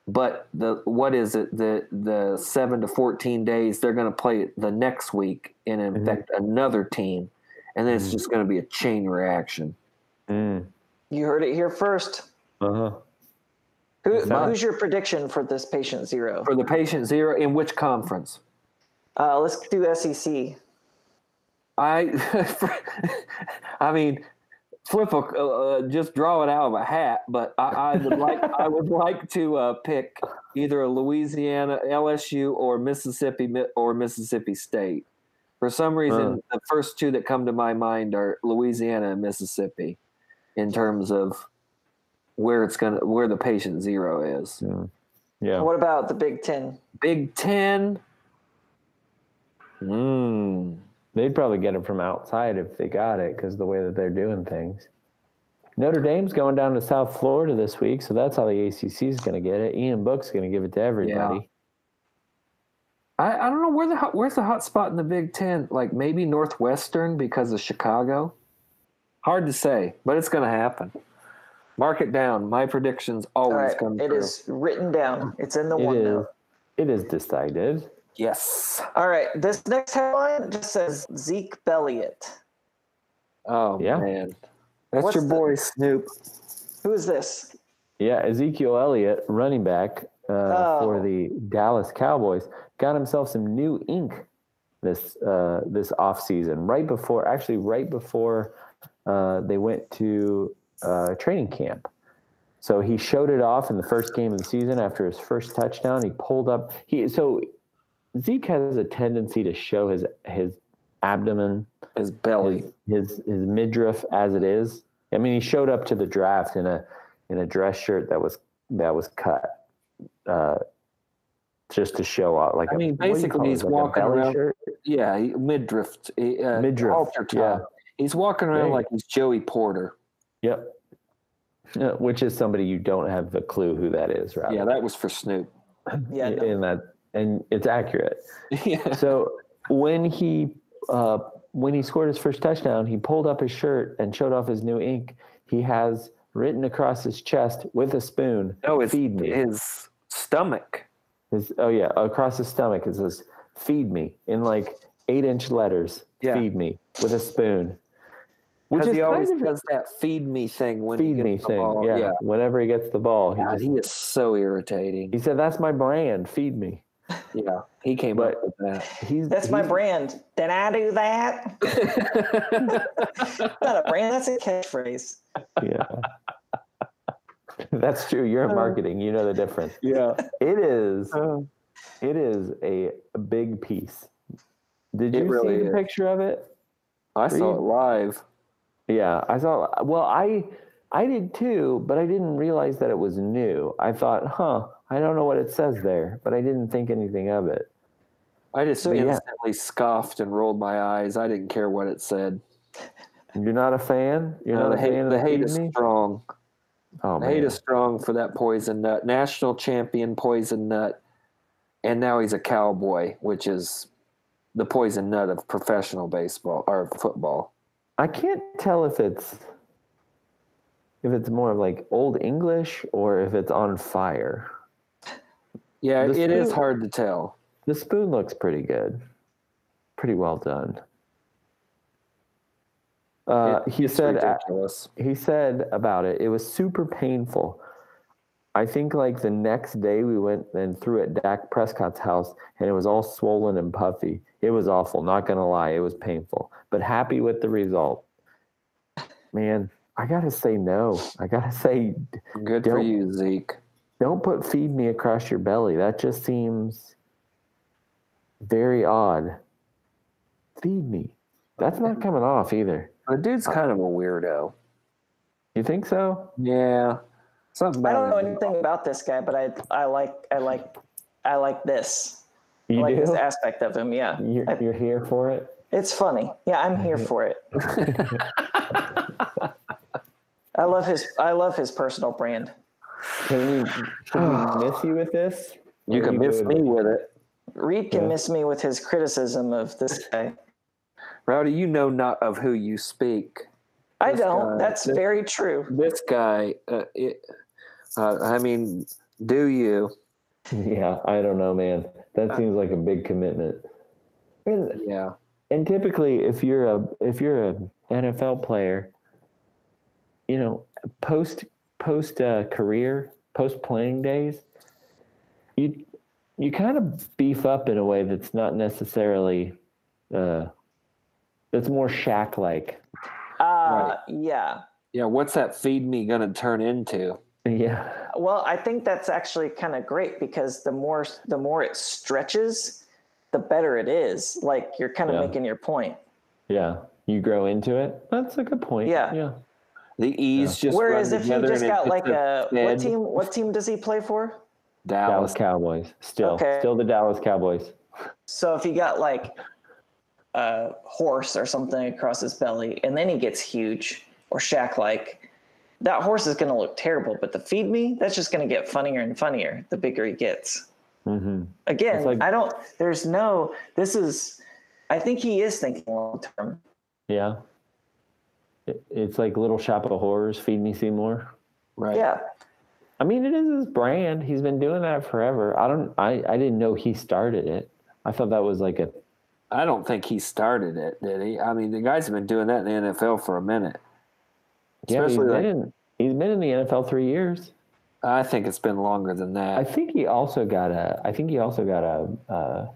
Speaker 2: But the what is it? The the seven to fourteen days they're going to play it the next week and infect another team, and then it's just going to be a chain reaction. Hmm.
Speaker 1: Mm-hmm.
Speaker 3: You heard it here first.
Speaker 1: Uh huh.
Speaker 3: Who, who's your prediction for this patient zero?
Speaker 2: For the patient zero in which conference?
Speaker 3: Uh, let's do SEC.
Speaker 2: I, I mean, flip a, uh, just draw it out of a hat. But I, I would like I would like to uh, pick either a Louisiana LSU or Mississippi Mi- or Mississippi State. For some reason, the first two that come to my mind are Louisiana and Mississippi, in terms of where it's gonna where the patient zero is.
Speaker 1: Yeah.
Speaker 3: What about the Big Ten?
Speaker 2: Big Ten. Mm.
Speaker 1: They'd probably get it from outside if they got it because the way that they're doing things. Notre Dame's going down to South Florida this week, so that's how the ACC is going to get it. Ian Book's going to give it to everybody.
Speaker 2: I, I don't know where the hot, where's the hot spot in the Big Ten. Like maybe Northwestern because of Chicago. Hard to say, but it's going to happen. Mark it down. My predictions
Speaker 3: All
Speaker 1: Oh,
Speaker 2: always
Speaker 3: right,
Speaker 2: come
Speaker 3: it
Speaker 2: true.
Speaker 3: is written down. It's in the
Speaker 1: It
Speaker 3: one
Speaker 1: is.
Speaker 3: note.
Speaker 1: It is decided.
Speaker 2: Yes.
Speaker 3: All right, this next headline just says Zeke Belliot.
Speaker 2: Oh
Speaker 1: Yeah.
Speaker 2: man, that's
Speaker 3: What's
Speaker 2: your
Speaker 3: the-
Speaker 2: boy Snoop.
Speaker 3: Who is this?
Speaker 1: Yeah, Ezekiel Elliott, running back uh,
Speaker 3: Oh.
Speaker 1: for the Dallas Cowboys, got himself some new ink this uh, this offseason, right before, actually, right before uh, they went to uh, training camp. So he showed it off in the first game of the season after his first touchdown. He pulled up. He so Zeke has a tendency to show his his abdomen
Speaker 2: His belly.
Speaker 1: his, his his midriff as it is. I mean, he showed up to the draft in a in a dress shirt that was that was cut uh, just to show off. Like
Speaker 2: I
Speaker 1: a-
Speaker 2: mean,
Speaker 1: what do you
Speaker 2: basically
Speaker 1: call it,
Speaker 2: he's
Speaker 1: like a
Speaker 2: walking
Speaker 1: belly
Speaker 2: around-
Speaker 1: shirt?
Speaker 2: Yeah, he- midriff. he, Uh,
Speaker 1: Midriff,
Speaker 2: halter top.
Speaker 1: yeah.
Speaker 2: He's walking
Speaker 1: There
Speaker 2: around
Speaker 1: you
Speaker 2: like he's Joey Porter.
Speaker 1: Yep. Yeah, which is somebody you don't have a clue who that is, right?
Speaker 2: Yeah, that was for Snoop.
Speaker 3: Yeah, no.
Speaker 1: and that and it's accurate.
Speaker 2: yeah.
Speaker 1: So when he uh, when he scored his first touchdown, he pulled up his shirt and showed off his new ink. He has written across his chest with a spoon.
Speaker 2: No, it's
Speaker 1: feed me.
Speaker 2: his stomach.
Speaker 1: His, oh yeah, across his stomach it says "feed me" in like eight inch letters.
Speaker 2: Yeah.
Speaker 1: Feed me with a spoon. Which
Speaker 2: Because
Speaker 1: is
Speaker 2: he always
Speaker 1: kind of
Speaker 2: does that feed me thing when he
Speaker 1: feed
Speaker 2: gets
Speaker 1: me
Speaker 2: the
Speaker 1: thing.
Speaker 2: ball.
Speaker 1: yeah. Whenever he gets the ball, he,
Speaker 2: God,
Speaker 1: just,
Speaker 2: he is so irritating.
Speaker 1: he said, "That's my brand. Feed me."
Speaker 2: Yeah, he came up with
Speaker 1: He's
Speaker 3: That's my
Speaker 1: he's-
Speaker 3: brand. Did I do that?
Speaker 2: that.
Speaker 3: Not a brand. That's a catchphrase.
Speaker 1: yeah. That's true. You're in marketing. You know the difference.
Speaker 2: Uh. yeah. Uh.
Speaker 1: It is. It is a big piece. Did
Speaker 2: It
Speaker 1: you
Speaker 2: really
Speaker 1: see the
Speaker 2: is.
Speaker 1: picture of it?
Speaker 2: I saw it live.
Speaker 1: Yeah, I saw. Well, I I did too, but I didn't realize that it was new. I thought, huh, I don't know what it says there, but I didn't think anything of it.
Speaker 2: I just
Speaker 1: So, yeah.
Speaker 2: instantly scoffed and rolled my eyes. I didn't care what it said.
Speaker 1: You're not a fan. You're not
Speaker 2: No, the
Speaker 1: a fan
Speaker 2: hate,
Speaker 1: of
Speaker 2: the hate is
Speaker 1: Sydney?
Speaker 2: strong.
Speaker 1: E? Oh
Speaker 2: The hate
Speaker 1: man,
Speaker 2: is strong for that poison nut. National champion poison nut, and now he's a cowboy, which is the poison nut of professional baseball or football.
Speaker 1: I can't tell if it's if it's more of like old English or if it's on fire.
Speaker 2: Yeah,
Speaker 1: The
Speaker 2: it is
Speaker 1: spoon-
Speaker 2: hard to tell.
Speaker 1: The spoon looks pretty good. Pretty well done. Uh,
Speaker 2: It-
Speaker 1: he
Speaker 2: it's
Speaker 1: said
Speaker 2: ridiculous.
Speaker 1: he said about it, it was super painful. I think like the next day we went and threw at Dak Prescott's house and it was all swollen and puffy. It was awful, not gonna lie, it was painful, but happy with the result. Man, I gotta say no. I gotta say
Speaker 2: Good for
Speaker 1: Don't-
Speaker 2: you, Zeke.
Speaker 1: don't put feed me across your belly. That just seems very odd. Feed me. That's not coming off either.
Speaker 2: The dude's kind of a weirdo.
Speaker 1: You think so?
Speaker 2: Yeah, something.
Speaker 3: I don't know
Speaker 2: about him.
Speaker 3: anything about this guy, but I I like I like I like this. I
Speaker 1: You
Speaker 3: like this
Speaker 1: do?
Speaker 3: aspect of him. Yeah,
Speaker 1: You're, you're here for it?
Speaker 3: it's funny. Yeah, I'm here for it. I love his I love his personal brand.
Speaker 1: Can we, can we miss you with this?
Speaker 2: You
Speaker 1: Or
Speaker 2: can miss
Speaker 1: good?
Speaker 2: me with it.
Speaker 3: Reed can
Speaker 1: Yeah.
Speaker 3: miss me with his criticism of this guy.
Speaker 2: Rowdy, you know not of who you speak.
Speaker 3: I
Speaker 2: This
Speaker 3: don't.
Speaker 2: guy-
Speaker 3: That's
Speaker 2: this-
Speaker 3: very true.
Speaker 2: This guy, uh, it, uh, I mean, do you?
Speaker 1: Yeah, I don't know, man. That seems like a big commitment. And,
Speaker 2: Yeah.
Speaker 1: and typically, if you're a if you're a NFL player, you know, post post uh, career, post playing days, you you kind of beef up in a way that's not necessarily uh, that's more shack like.
Speaker 3: Uh, Yeah.
Speaker 2: Yeah. What's that feed me going to turn into?
Speaker 1: Yeah.
Speaker 3: Well, I think that's actually kind of great because the more the more it stretches, the better it is. Like you're kind of
Speaker 1: Yeah.
Speaker 3: making your point.
Speaker 1: Yeah. You grow into it. That's a good point.
Speaker 3: Yeah.
Speaker 1: Yeah.
Speaker 2: The E's just
Speaker 3: Whereas
Speaker 2: run
Speaker 3: if you
Speaker 2: together
Speaker 3: just
Speaker 2: and it
Speaker 3: got like a what
Speaker 2: fed
Speaker 3: team? What team does he play for?
Speaker 2: Dallas.
Speaker 1: Dallas Cowboys. Still,
Speaker 3: Okay.
Speaker 1: still the Dallas Cowboys.
Speaker 3: So if he got like a horse or something across his belly, and then he gets huge or Shaq like, that horse is going to look terrible. But the feed me, that's just going to get funnier and funnier the bigger he gets.
Speaker 1: Mm-hmm.
Speaker 3: Again,
Speaker 1: It's like-
Speaker 3: I don't. There's no. This is. I think he is thinking long term.
Speaker 1: Yeah. It, it's like Little Shop of Horrors, Feed Me Seymour.
Speaker 2: Right.
Speaker 3: Yeah.
Speaker 1: I mean, it is his brand. He's been doing that forever. I don't. I I didn't know he started it. I thought that was like a.
Speaker 2: I don't think he started it, did he? I mean, the guy's been doing that in the NFL for a minute.
Speaker 1: Yeah, he's
Speaker 2: Especially
Speaker 1: been
Speaker 2: like-
Speaker 1: in. He's been in the NFL three years.
Speaker 2: I think it's been longer than that.
Speaker 1: I think he also got a. I think he also got a, a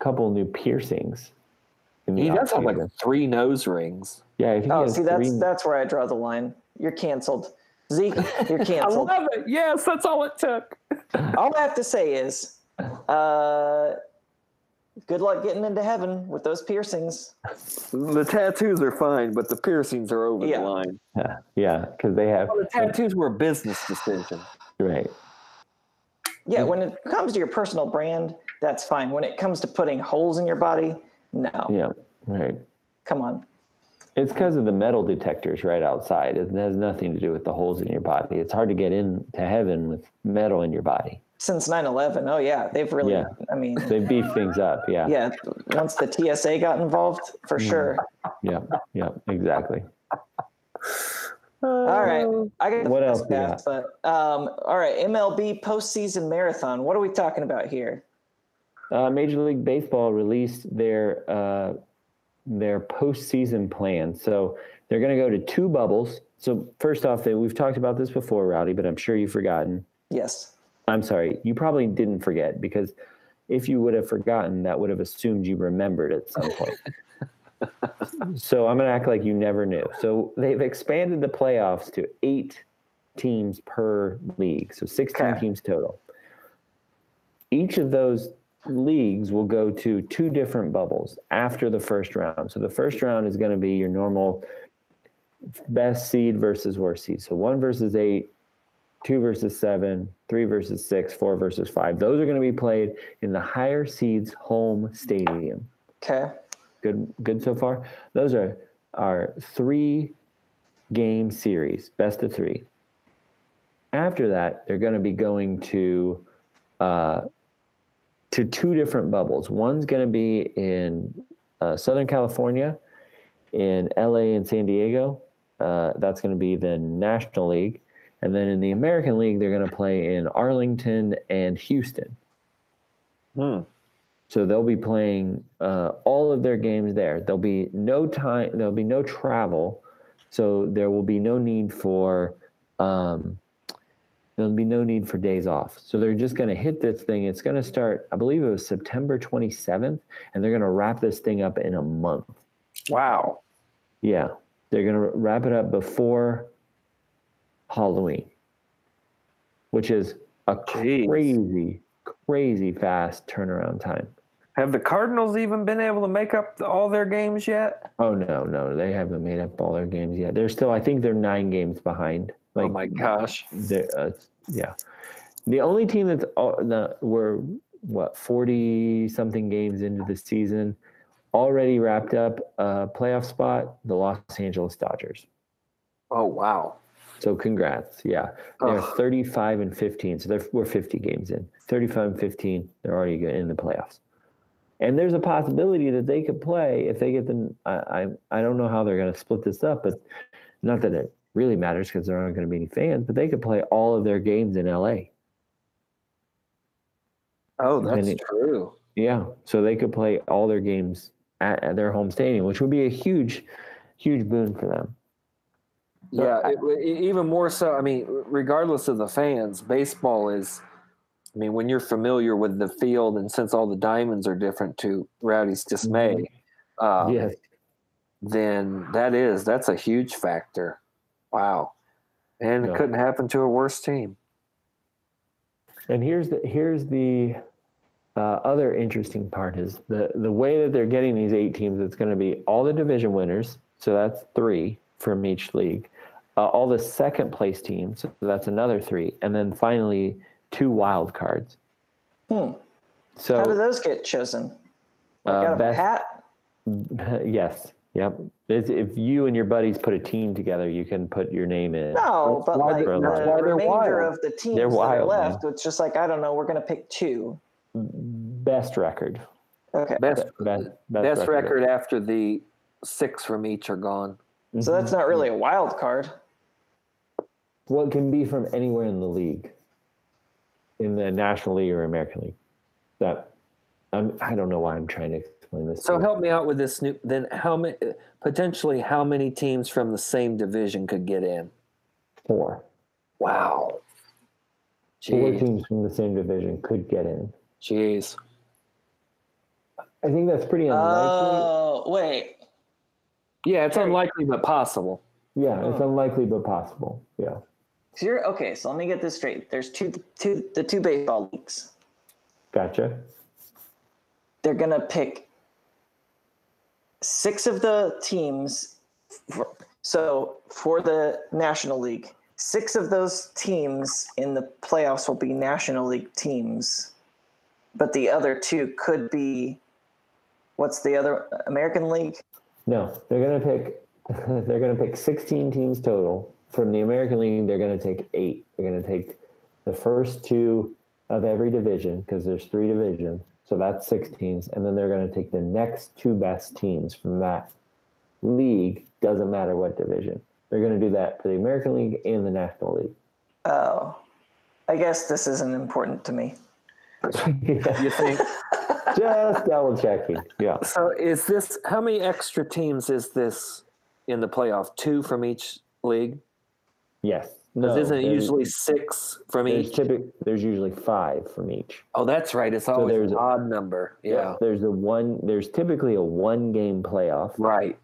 Speaker 1: couple new piercings. in the
Speaker 2: he does have like
Speaker 1: offseason.
Speaker 2: three nose rings.
Speaker 1: Yeah, I think he
Speaker 3: Oh,
Speaker 1: has
Speaker 3: see, that's
Speaker 1: three-
Speaker 3: that's where I draw the line. You're canceled, Zeke. You're canceled.
Speaker 2: it. Yes, that's all it took.
Speaker 3: All I have to say is, uh, good luck getting into heaven with those piercings.
Speaker 2: The tattoos are fine, but the piercings are over
Speaker 3: Yeah.
Speaker 2: the line.
Speaker 1: Yeah, because they have
Speaker 2: Well, the tattoos were a business decision.
Speaker 1: right.
Speaker 3: yeah, when it comes to your personal brand, that's fine. When it comes to putting holes in your body, no.
Speaker 6: Yeah.
Speaker 1: Right.
Speaker 3: Come on.
Speaker 1: It's because of the metal detectors right outside. It has nothing to do with the holes in your body. It's hard to get into heaven with metal in your body.
Speaker 3: Since 9/11, oh yeah, they've really
Speaker 1: Yeah.
Speaker 3: I mean,
Speaker 1: They beef things up. Yeah.
Speaker 3: yeah, once the TSA got involved, for
Speaker 1: Mm-hmm.
Speaker 3: sure.
Speaker 1: Yeah. Yeah. Exactly.
Speaker 3: All right. I got the
Speaker 1: What
Speaker 3: first
Speaker 1: else we
Speaker 3: pass, but um all right, MLB postseason marathon. What are we talking about here?
Speaker 1: Uh, Major League Baseball released their uh, their postseason plan. So they're going to go to two bubbles. So first off, they, we've talked about this before, Rowdy, but I'm sure you've forgotten.
Speaker 3: Yes.
Speaker 1: I'm sorry, you probably didn't forget because if you would have forgotten, that would have assumed you remembered at some point. so I'm going to act like you never knew. So they've expanded the playoffs to eight teams per league, so 16
Speaker 3: Okay.
Speaker 1: teams total. Each of those leagues will go to two different bubbles after the first round. So the first round is going to be your normal best seed versus worst seed. So one versus eight, two versus seven, three versus six, four versus five. Those are going to be played in the higher seeds home stadium.
Speaker 3: Okay.
Speaker 1: Good, good so far. Those are our three game series, best of three. After that, they're going to be going to uh, to two different bubbles. One's going to be in uh, Southern California, in LA and San Diego. Uh, that's going to be the National League. And then in the American League, they're going to play in Arlington and Houston. Hmm. So they'll be playing uh, all of their games there. There'll be no time. There'll be no travel. So there will be no need for. Um, there'll be no need for days off. So they're just going to hit this thing. It's going to start. I believe it was September 27th, and they're going to wrap this thing up in a month.
Speaker 2: Wow.
Speaker 1: Yeah, they're gonna wrap it up before Halloween, which is a
Speaker 6: Jeez.
Speaker 1: crazy, crazy fast turnaround time.
Speaker 2: Have the Cardinals even been able to make up the, all their games yet?
Speaker 1: Oh no, no, they haven't made up all their games yet. They're still, I think, they're nine games behind.
Speaker 2: oh my gosh.
Speaker 1: They're, uh, yeah, the only team that's all, the, we're what forty something games into the season already wrapped up a playoff spot, the Los Angeles Dodgers.
Speaker 2: Oh wow.
Speaker 1: So congrats. Yeah. They're
Speaker 2: Ugh.
Speaker 1: 35 and 15. So they're, we're 50 games in. 35 and 15. They're already go- in the playoffs. And there's a possibility that they could play if they get the. I, I, I don't know how they're going to split this up, but not that it really matters because there aren't going to be any fans, but they could play all of their games in LA.
Speaker 2: Oh, that's
Speaker 1: Many-
Speaker 2: true.
Speaker 1: Yeah. So they could play all their games at, at their home stadium, which would be a huge, huge boon for them.
Speaker 2: Yeah, it, it, e, even more so. I mean, regardless of the fans, baseball is. I mean, when you're familiar with the field, and since all the diamonds are different to Rowdy's dismay, uh,
Speaker 1: Mm-hmm. yes.
Speaker 2: then that is that's a huge factor. Wow, and
Speaker 1: Yeah.
Speaker 2: it couldn't happen to a worse team.
Speaker 1: And here's the here's the uh, other interesting part is the the way that they're getting these eight teams. It's going to be all the division winners, so that's three from each league. Uh, all the second place teams, so that's another three, and then finally two wild cards.
Speaker 3: Hmm.
Speaker 1: So
Speaker 3: How do those get chosen?
Speaker 1: uh,
Speaker 3: Got a
Speaker 1: best-
Speaker 3: hat?
Speaker 1: yes, yep. It's, if you and your buddies put a team together, you can put your name in.
Speaker 3: No, but
Speaker 2: why
Speaker 3: like
Speaker 1: they're-
Speaker 3: the
Speaker 1: that's
Speaker 2: why they're
Speaker 3: remainder
Speaker 2: wild.
Speaker 3: of the teams
Speaker 1: They're
Speaker 3: that are
Speaker 1: wild, man.
Speaker 3: left, it's just like I don't know, we're gonna pick two.
Speaker 1: Best record.
Speaker 3: Okay,
Speaker 2: Best
Speaker 1: Best,
Speaker 2: best, record after the six from each are gone.
Speaker 3: so that's not really a wild card.
Speaker 1: Well, it can be from anywhere in the league, in the National League or American League. That I'm, I don't know why I'm trying to explain this.
Speaker 2: So
Speaker 1: to you.
Speaker 2: help me out with this. New, then how many potentially how many teams from the same division could get in?
Speaker 1: four,
Speaker 2: Wow.
Speaker 1: four
Speaker 2: Jeez.
Speaker 1: teams from the same division could get in.
Speaker 2: Jeez.
Speaker 1: I think that's pretty unlikely.
Speaker 3: Oh wait,
Speaker 2: Yeah, it's unlikely but possible.
Speaker 1: yeah, it's unlikely but possible. Yeah,
Speaker 3: so you're okay. So let me get this straight. There's two, two, the two baseball leagues.
Speaker 1: gotcha.
Speaker 3: They're gonna pick six of the teams. For, so for the National League, Six of those teams in the playoffs will be National League teams, but the other two could be what's the other American League?
Speaker 1: No, they're gonna pick. they're gonna pick 16 teams total from the American League. They're gonna take eight. They're gonna take the first two of every division because there's three divisions, so that's six teams, and then they're gonna take the next two best teams from that league. Doesn't matter what division. They're gonna do that for the American League and the National
Speaker 3: Oh, I guess this isn't important to me.
Speaker 1: League.
Speaker 2: You think?
Speaker 1: Just double checking. Yeah.
Speaker 2: so is this how many extra teams is this in the playoff? Two from each league.
Speaker 1: Yes.
Speaker 2: Because
Speaker 1: No,
Speaker 2: isn't it
Speaker 1: there's-
Speaker 2: usually six from
Speaker 1: there's
Speaker 2: each?
Speaker 1: typic, there's usually five from each.
Speaker 2: Oh, that's right. It's always
Speaker 1: there's
Speaker 2: an
Speaker 1: a-
Speaker 2: odd number. Yeah.
Speaker 1: There's the one. There's typically a one game playoff
Speaker 2: Right.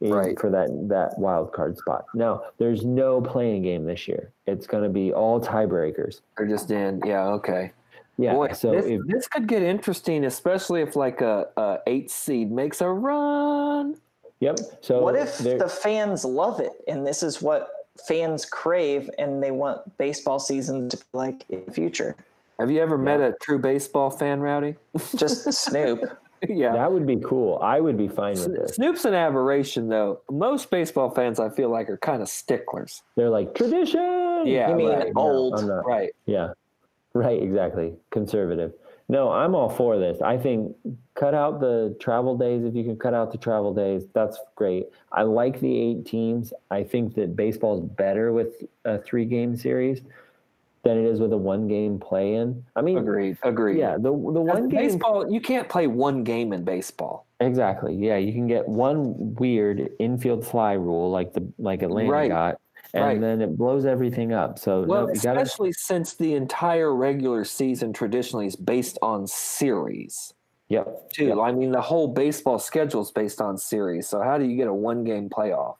Speaker 1: in-
Speaker 2: right.
Speaker 1: for that that wild card spot. Now there's no playing game this year. It's going to be all tiebreakers.
Speaker 2: They're just in. Yeah. Okay.
Speaker 1: Yeah.
Speaker 2: Boy,
Speaker 1: so
Speaker 2: this,
Speaker 1: if,
Speaker 2: this could get interesting, especially if like a, a eight seed makes a run.
Speaker 1: yep. So
Speaker 3: what if
Speaker 1: there-
Speaker 3: the fans love it and this is what fans crave and they want baseball season to be like in the future?
Speaker 2: Have you ever met a true baseball fan, Rowdy?
Speaker 3: Just Snoop.
Speaker 2: yeah.
Speaker 1: that would be cool. I would be fine with this.
Speaker 2: Snoop's an aberration, though. Most baseball fans, I feel like, are kind of sticklers.
Speaker 1: They're like tradition.
Speaker 2: Yeah,
Speaker 1: You
Speaker 2: mean
Speaker 3: old,
Speaker 1: I'm not.
Speaker 2: Right.
Speaker 1: Yeah. Right, exactly. Conservative. No, I'm all for this. I think cut out the travel days if you can cut out the travel days. That's great. I like the eight teams. I think that baseball's better with a three game series than it is with a one game play in. I mean,
Speaker 2: Agreed. Agreed.
Speaker 1: yeah, the the one
Speaker 2: One
Speaker 1: game
Speaker 2: baseball, you can't play one game in baseball.
Speaker 1: exactly. Yeah, you can get one weird infield fly rule like the like Atlanta
Speaker 2: Right.
Speaker 1: got, and
Speaker 2: Right.
Speaker 1: then it blows everything up. So
Speaker 2: Well,
Speaker 1: Oh, no, you gotta
Speaker 2: especially since the entire regular season traditionally is based on series,
Speaker 1: yep
Speaker 2: too. I mean, the whole baseball schedule is based on series. So how do you get a one game playoff?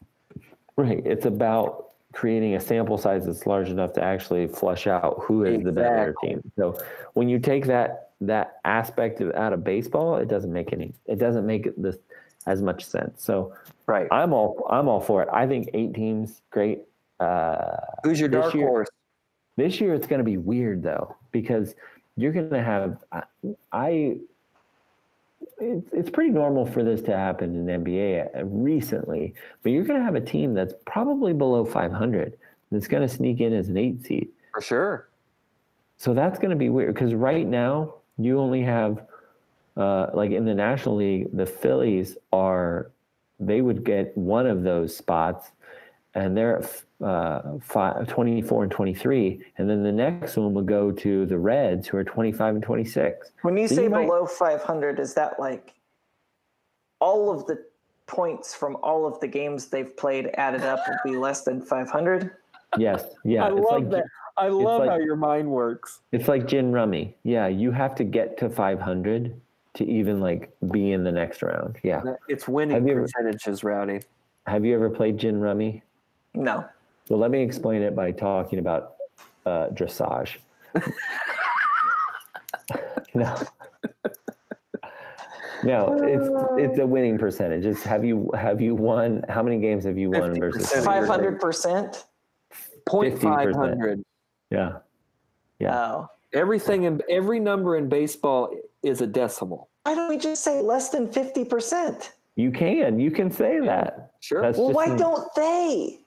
Speaker 1: Right. It's about creating a sample size that's large enough to actually flush out who is the better
Speaker 2: Exactly.
Speaker 1: team. So when you take that that aspect of, out of baseball, it doesn't make any it doesn't make it this as much sense. So
Speaker 2: Right.
Speaker 1: I'm all I'm all for it. I think eight teams great. Uh
Speaker 2: Who's your
Speaker 1: this
Speaker 2: dark
Speaker 1: year-
Speaker 2: horse?
Speaker 1: this year it's going to be weird though because you're going to have I, I it's, it's pretty normal for this to happen in NBA uh, recently, but you're going to have a team that's probably below 500 that's going to sneak in as an eight seed.
Speaker 2: For sure.
Speaker 1: So that's going to be weird because right now you only have, uh, like in the National League, the Phillies are, they would get one of those spots and they're at uh, five, 24 and 23. And then the next one would go to the Reds who are 25 and 26.
Speaker 3: When you
Speaker 1: So
Speaker 3: say
Speaker 1: you might-
Speaker 3: below 500, is that like all of the points from all of the games they've played added up would be less than 500?
Speaker 1: Yes. Yeah. it's like,
Speaker 2: I
Speaker 1: love like- how
Speaker 2: your mind works.
Speaker 1: It's like gin rummy. Yeah. You have to get to 500 to even like be in the next round. Yeah.
Speaker 2: It's
Speaker 1: Have
Speaker 2: winning
Speaker 1: you ever-
Speaker 2: percentages, Rowdy.
Speaker 1: Have you ever played gin rummy?
Speaker 3: No.
Speaker 1: Well, let me explain it by talking about uh, dressage. no. No, it's it's a winning percentage. It's have you have you won how many games have you won versus
Speaker 2: 50%.
Speaker 1: who?
Speaker 3: 500%?
Speaker 2: Point
Speaker 1: 50%.
Speaker 2: five hundred.
Speaker 1: Yeah.
Speaker 3: No.
Speaker 2: Everything in every number in baseball is a decimal.
Speaker 3: Why don't we just say less than 50%?
Speaker 1: You can. You can say that.
Speaker 2: Sure.
Speaker 1: That's
Speaker 3: Well,
Speaker 1: just
Speaker 3: why
Speaker 1: an-
Speaker 3: don't they?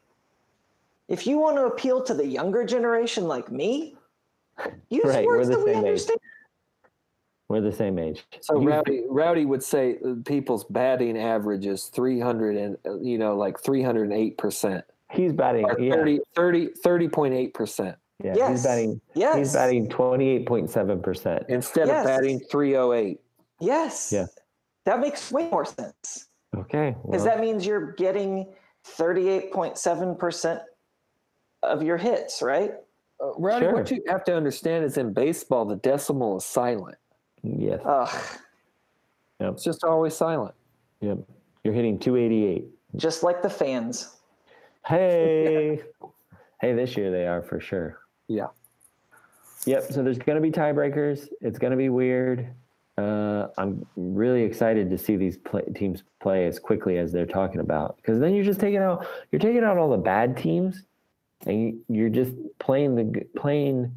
Speaker 3: If you want to appeal to the younger generation like me, use
Speaker 1: Right, we're
Speaker 3: words
Speaker 1: the
Speaker 3: that we
Speaker 1: same age.
Speaker 3: understand.
Speaker 1: we're the same age.
Speaker 2: So
Speaker 1: You-
Speaker 2: Rowdy, Rowdy would say uh, people's batting average is 300 and uh, you know like 308 percent
Speaker 1: he's batting
Speaker 2: or
Speaker 1: yeah,
Speaker 2: 30 30 30.8 percent
Speaker 1: yeah,
Speaker 3: Yes.
Speaker 1: he's batting
Speaker 3: Yes.
Speaker 1: he's batting twenty eight point seven percent.
Speaker 2: instead
Speaker 3: Yes.
Speaker 2: of batting 308.
Speaker 3: Yes.
Speaker 1: Yeah.
Speaker 3: That makes way more sense.
Speaker 1: Okay.
Speaker 3: Because
Speaker 1: well,
Speaker 3: that means you're getting 38.7% of your hits, right?
Speaker 2: Uh, Rowdy, what
Speaker 1: Sure.
Speaker 2: you have to understand is in baseball the decimal is silent.
Speaker 1: yes.
Speaker 3: Ugh.
Speaker 2: It's just always silent.
Speaker 1: Yep. You're hitting two eighty eight.
Speaker 3: Just like the fans.
Speaker 1: Hey. Hey, this year they are for sure.
Speaker 2: Yeah.
Speaker 1: Yep. So there's going to be tiebreakers. It's going to be weird. Uh, I'm really excited to see these play, teams play as quickly as they're talking about because then you're just taking out you're taking out all the bad teams and you- you're just playing the g- playing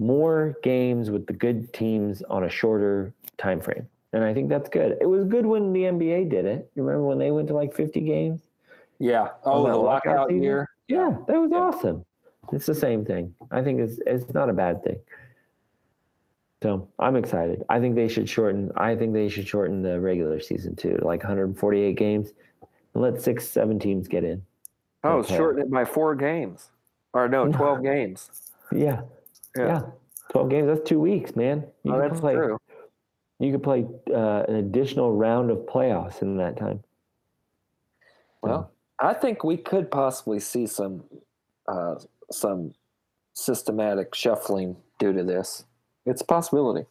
Speaker 1: more games with the good teams on a shorter time frame. And I think that's good. It was good when the NBA did it. You remember when they went to like 50 games?
Speaker 2: Yeah. Oh,
Speaker 1: that
Speaker 2: the
Speaker 1: lockout
Speaker 2: lockout
Speaker 1: season?
Speaker 2: year.
Speaker 1: Yeah, that was
Speaker 2: Yeah.
Speaker 1: awesome. It's the same thing. I think it's it's not a bad thing. So I'm excited. I think they should shorten. I think they should shorten the regular season too, to like 148 games, and let six, seven teams get in.
Speaker 2: Oh,
Speaker 1: Okay.
Speaker 2: shorten it by four games, or no, twelve games.
Speaker 1: Yeah, yeah. 12 games. That's two weeks, man. You
Speaker 2: Oh,
Speaker 1: could
Speaker 2: that's
Speaker 1: play.
Speaker 2: true.
Speaker 1: You could play uh, an additional round of playoffs in that time.
Speaker 2: Well, I think we could possibly see some uh, some systematic shuffling due to this. It's a possibility.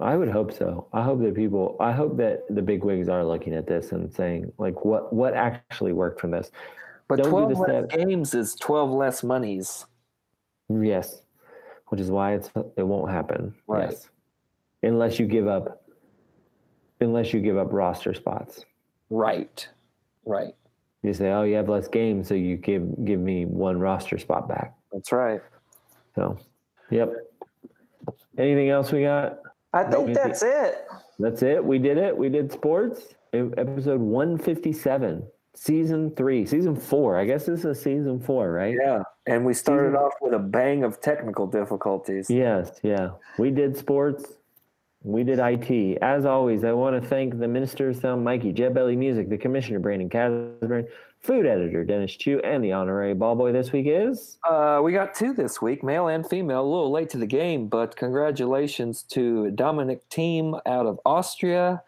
Speaker 1: I would hope so. I hope that people, I hope that the big wigs are looking at this and saying, like, what what actually worked from this?
Speaker 2: But
Speaker 1: Don't do
Speaker 2: twelve
Speaker 1: this
Speaker 2: less
Speaker 1: that-
Speaker 2: games is twelve less monies.
Speaker 1: Yes, which is why it's it won't happen.
Speaker 2: Right.
Speaker 1: Yes, unless you give up, unless you give up roster spots.
Speaker 2: Right. Right.
Speaker 1: You say, oh, you have less games, so you give give me one roster spot back.
Speaker 2: That's right.
Speaker 1: So, yep. Anything else we got?
Speaker 3: I think
Speaker 1: Maybe.
Speaker 3: that's it.
Speaker 1: That's it. We did it. We did sports. E- Episode one fifty seven, season three, season four. I guess this is season four, right?
Speaker 2: Yeah. And we started off with a bang of technical difficulties.
Speaker 1: Yes, yeah. We did sports. We did IT. As always, I want to thank the Minister of Sound Mikey, Jet Belly Music, the Commissioner Brandon Casburn, Food Editor Dennis Chu, and the Honorary Ball Boy this week is.
Speaker 2: Uh, we got two this week, male and female. A little late to the game, but congratulations to Dominic Team out of Austria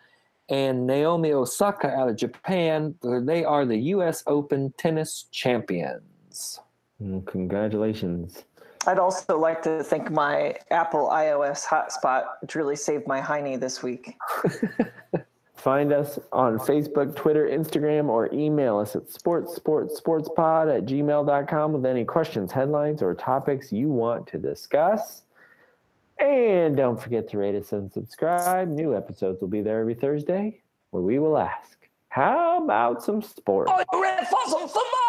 Speaker 2: and Naomi Osaka out of Japan. They are the U.S. Open tennis champions.
Speaker 1: Mm, Congratulations.
Speaker 3: I'd also like to thank my Apple iOS hotspot, which really saved my hiney this week.
Speaker 1: Find us on Facebook, Twitter, Instagram, or email us at sports, sports, sportspod at gmail.com with any questions, headlines, or topics you want to discuss. And don't forget to rate us and subscribe. New episodes will be there every Thursday where we will ask, How about some sports?
Speaker 5: Are you ready for some football?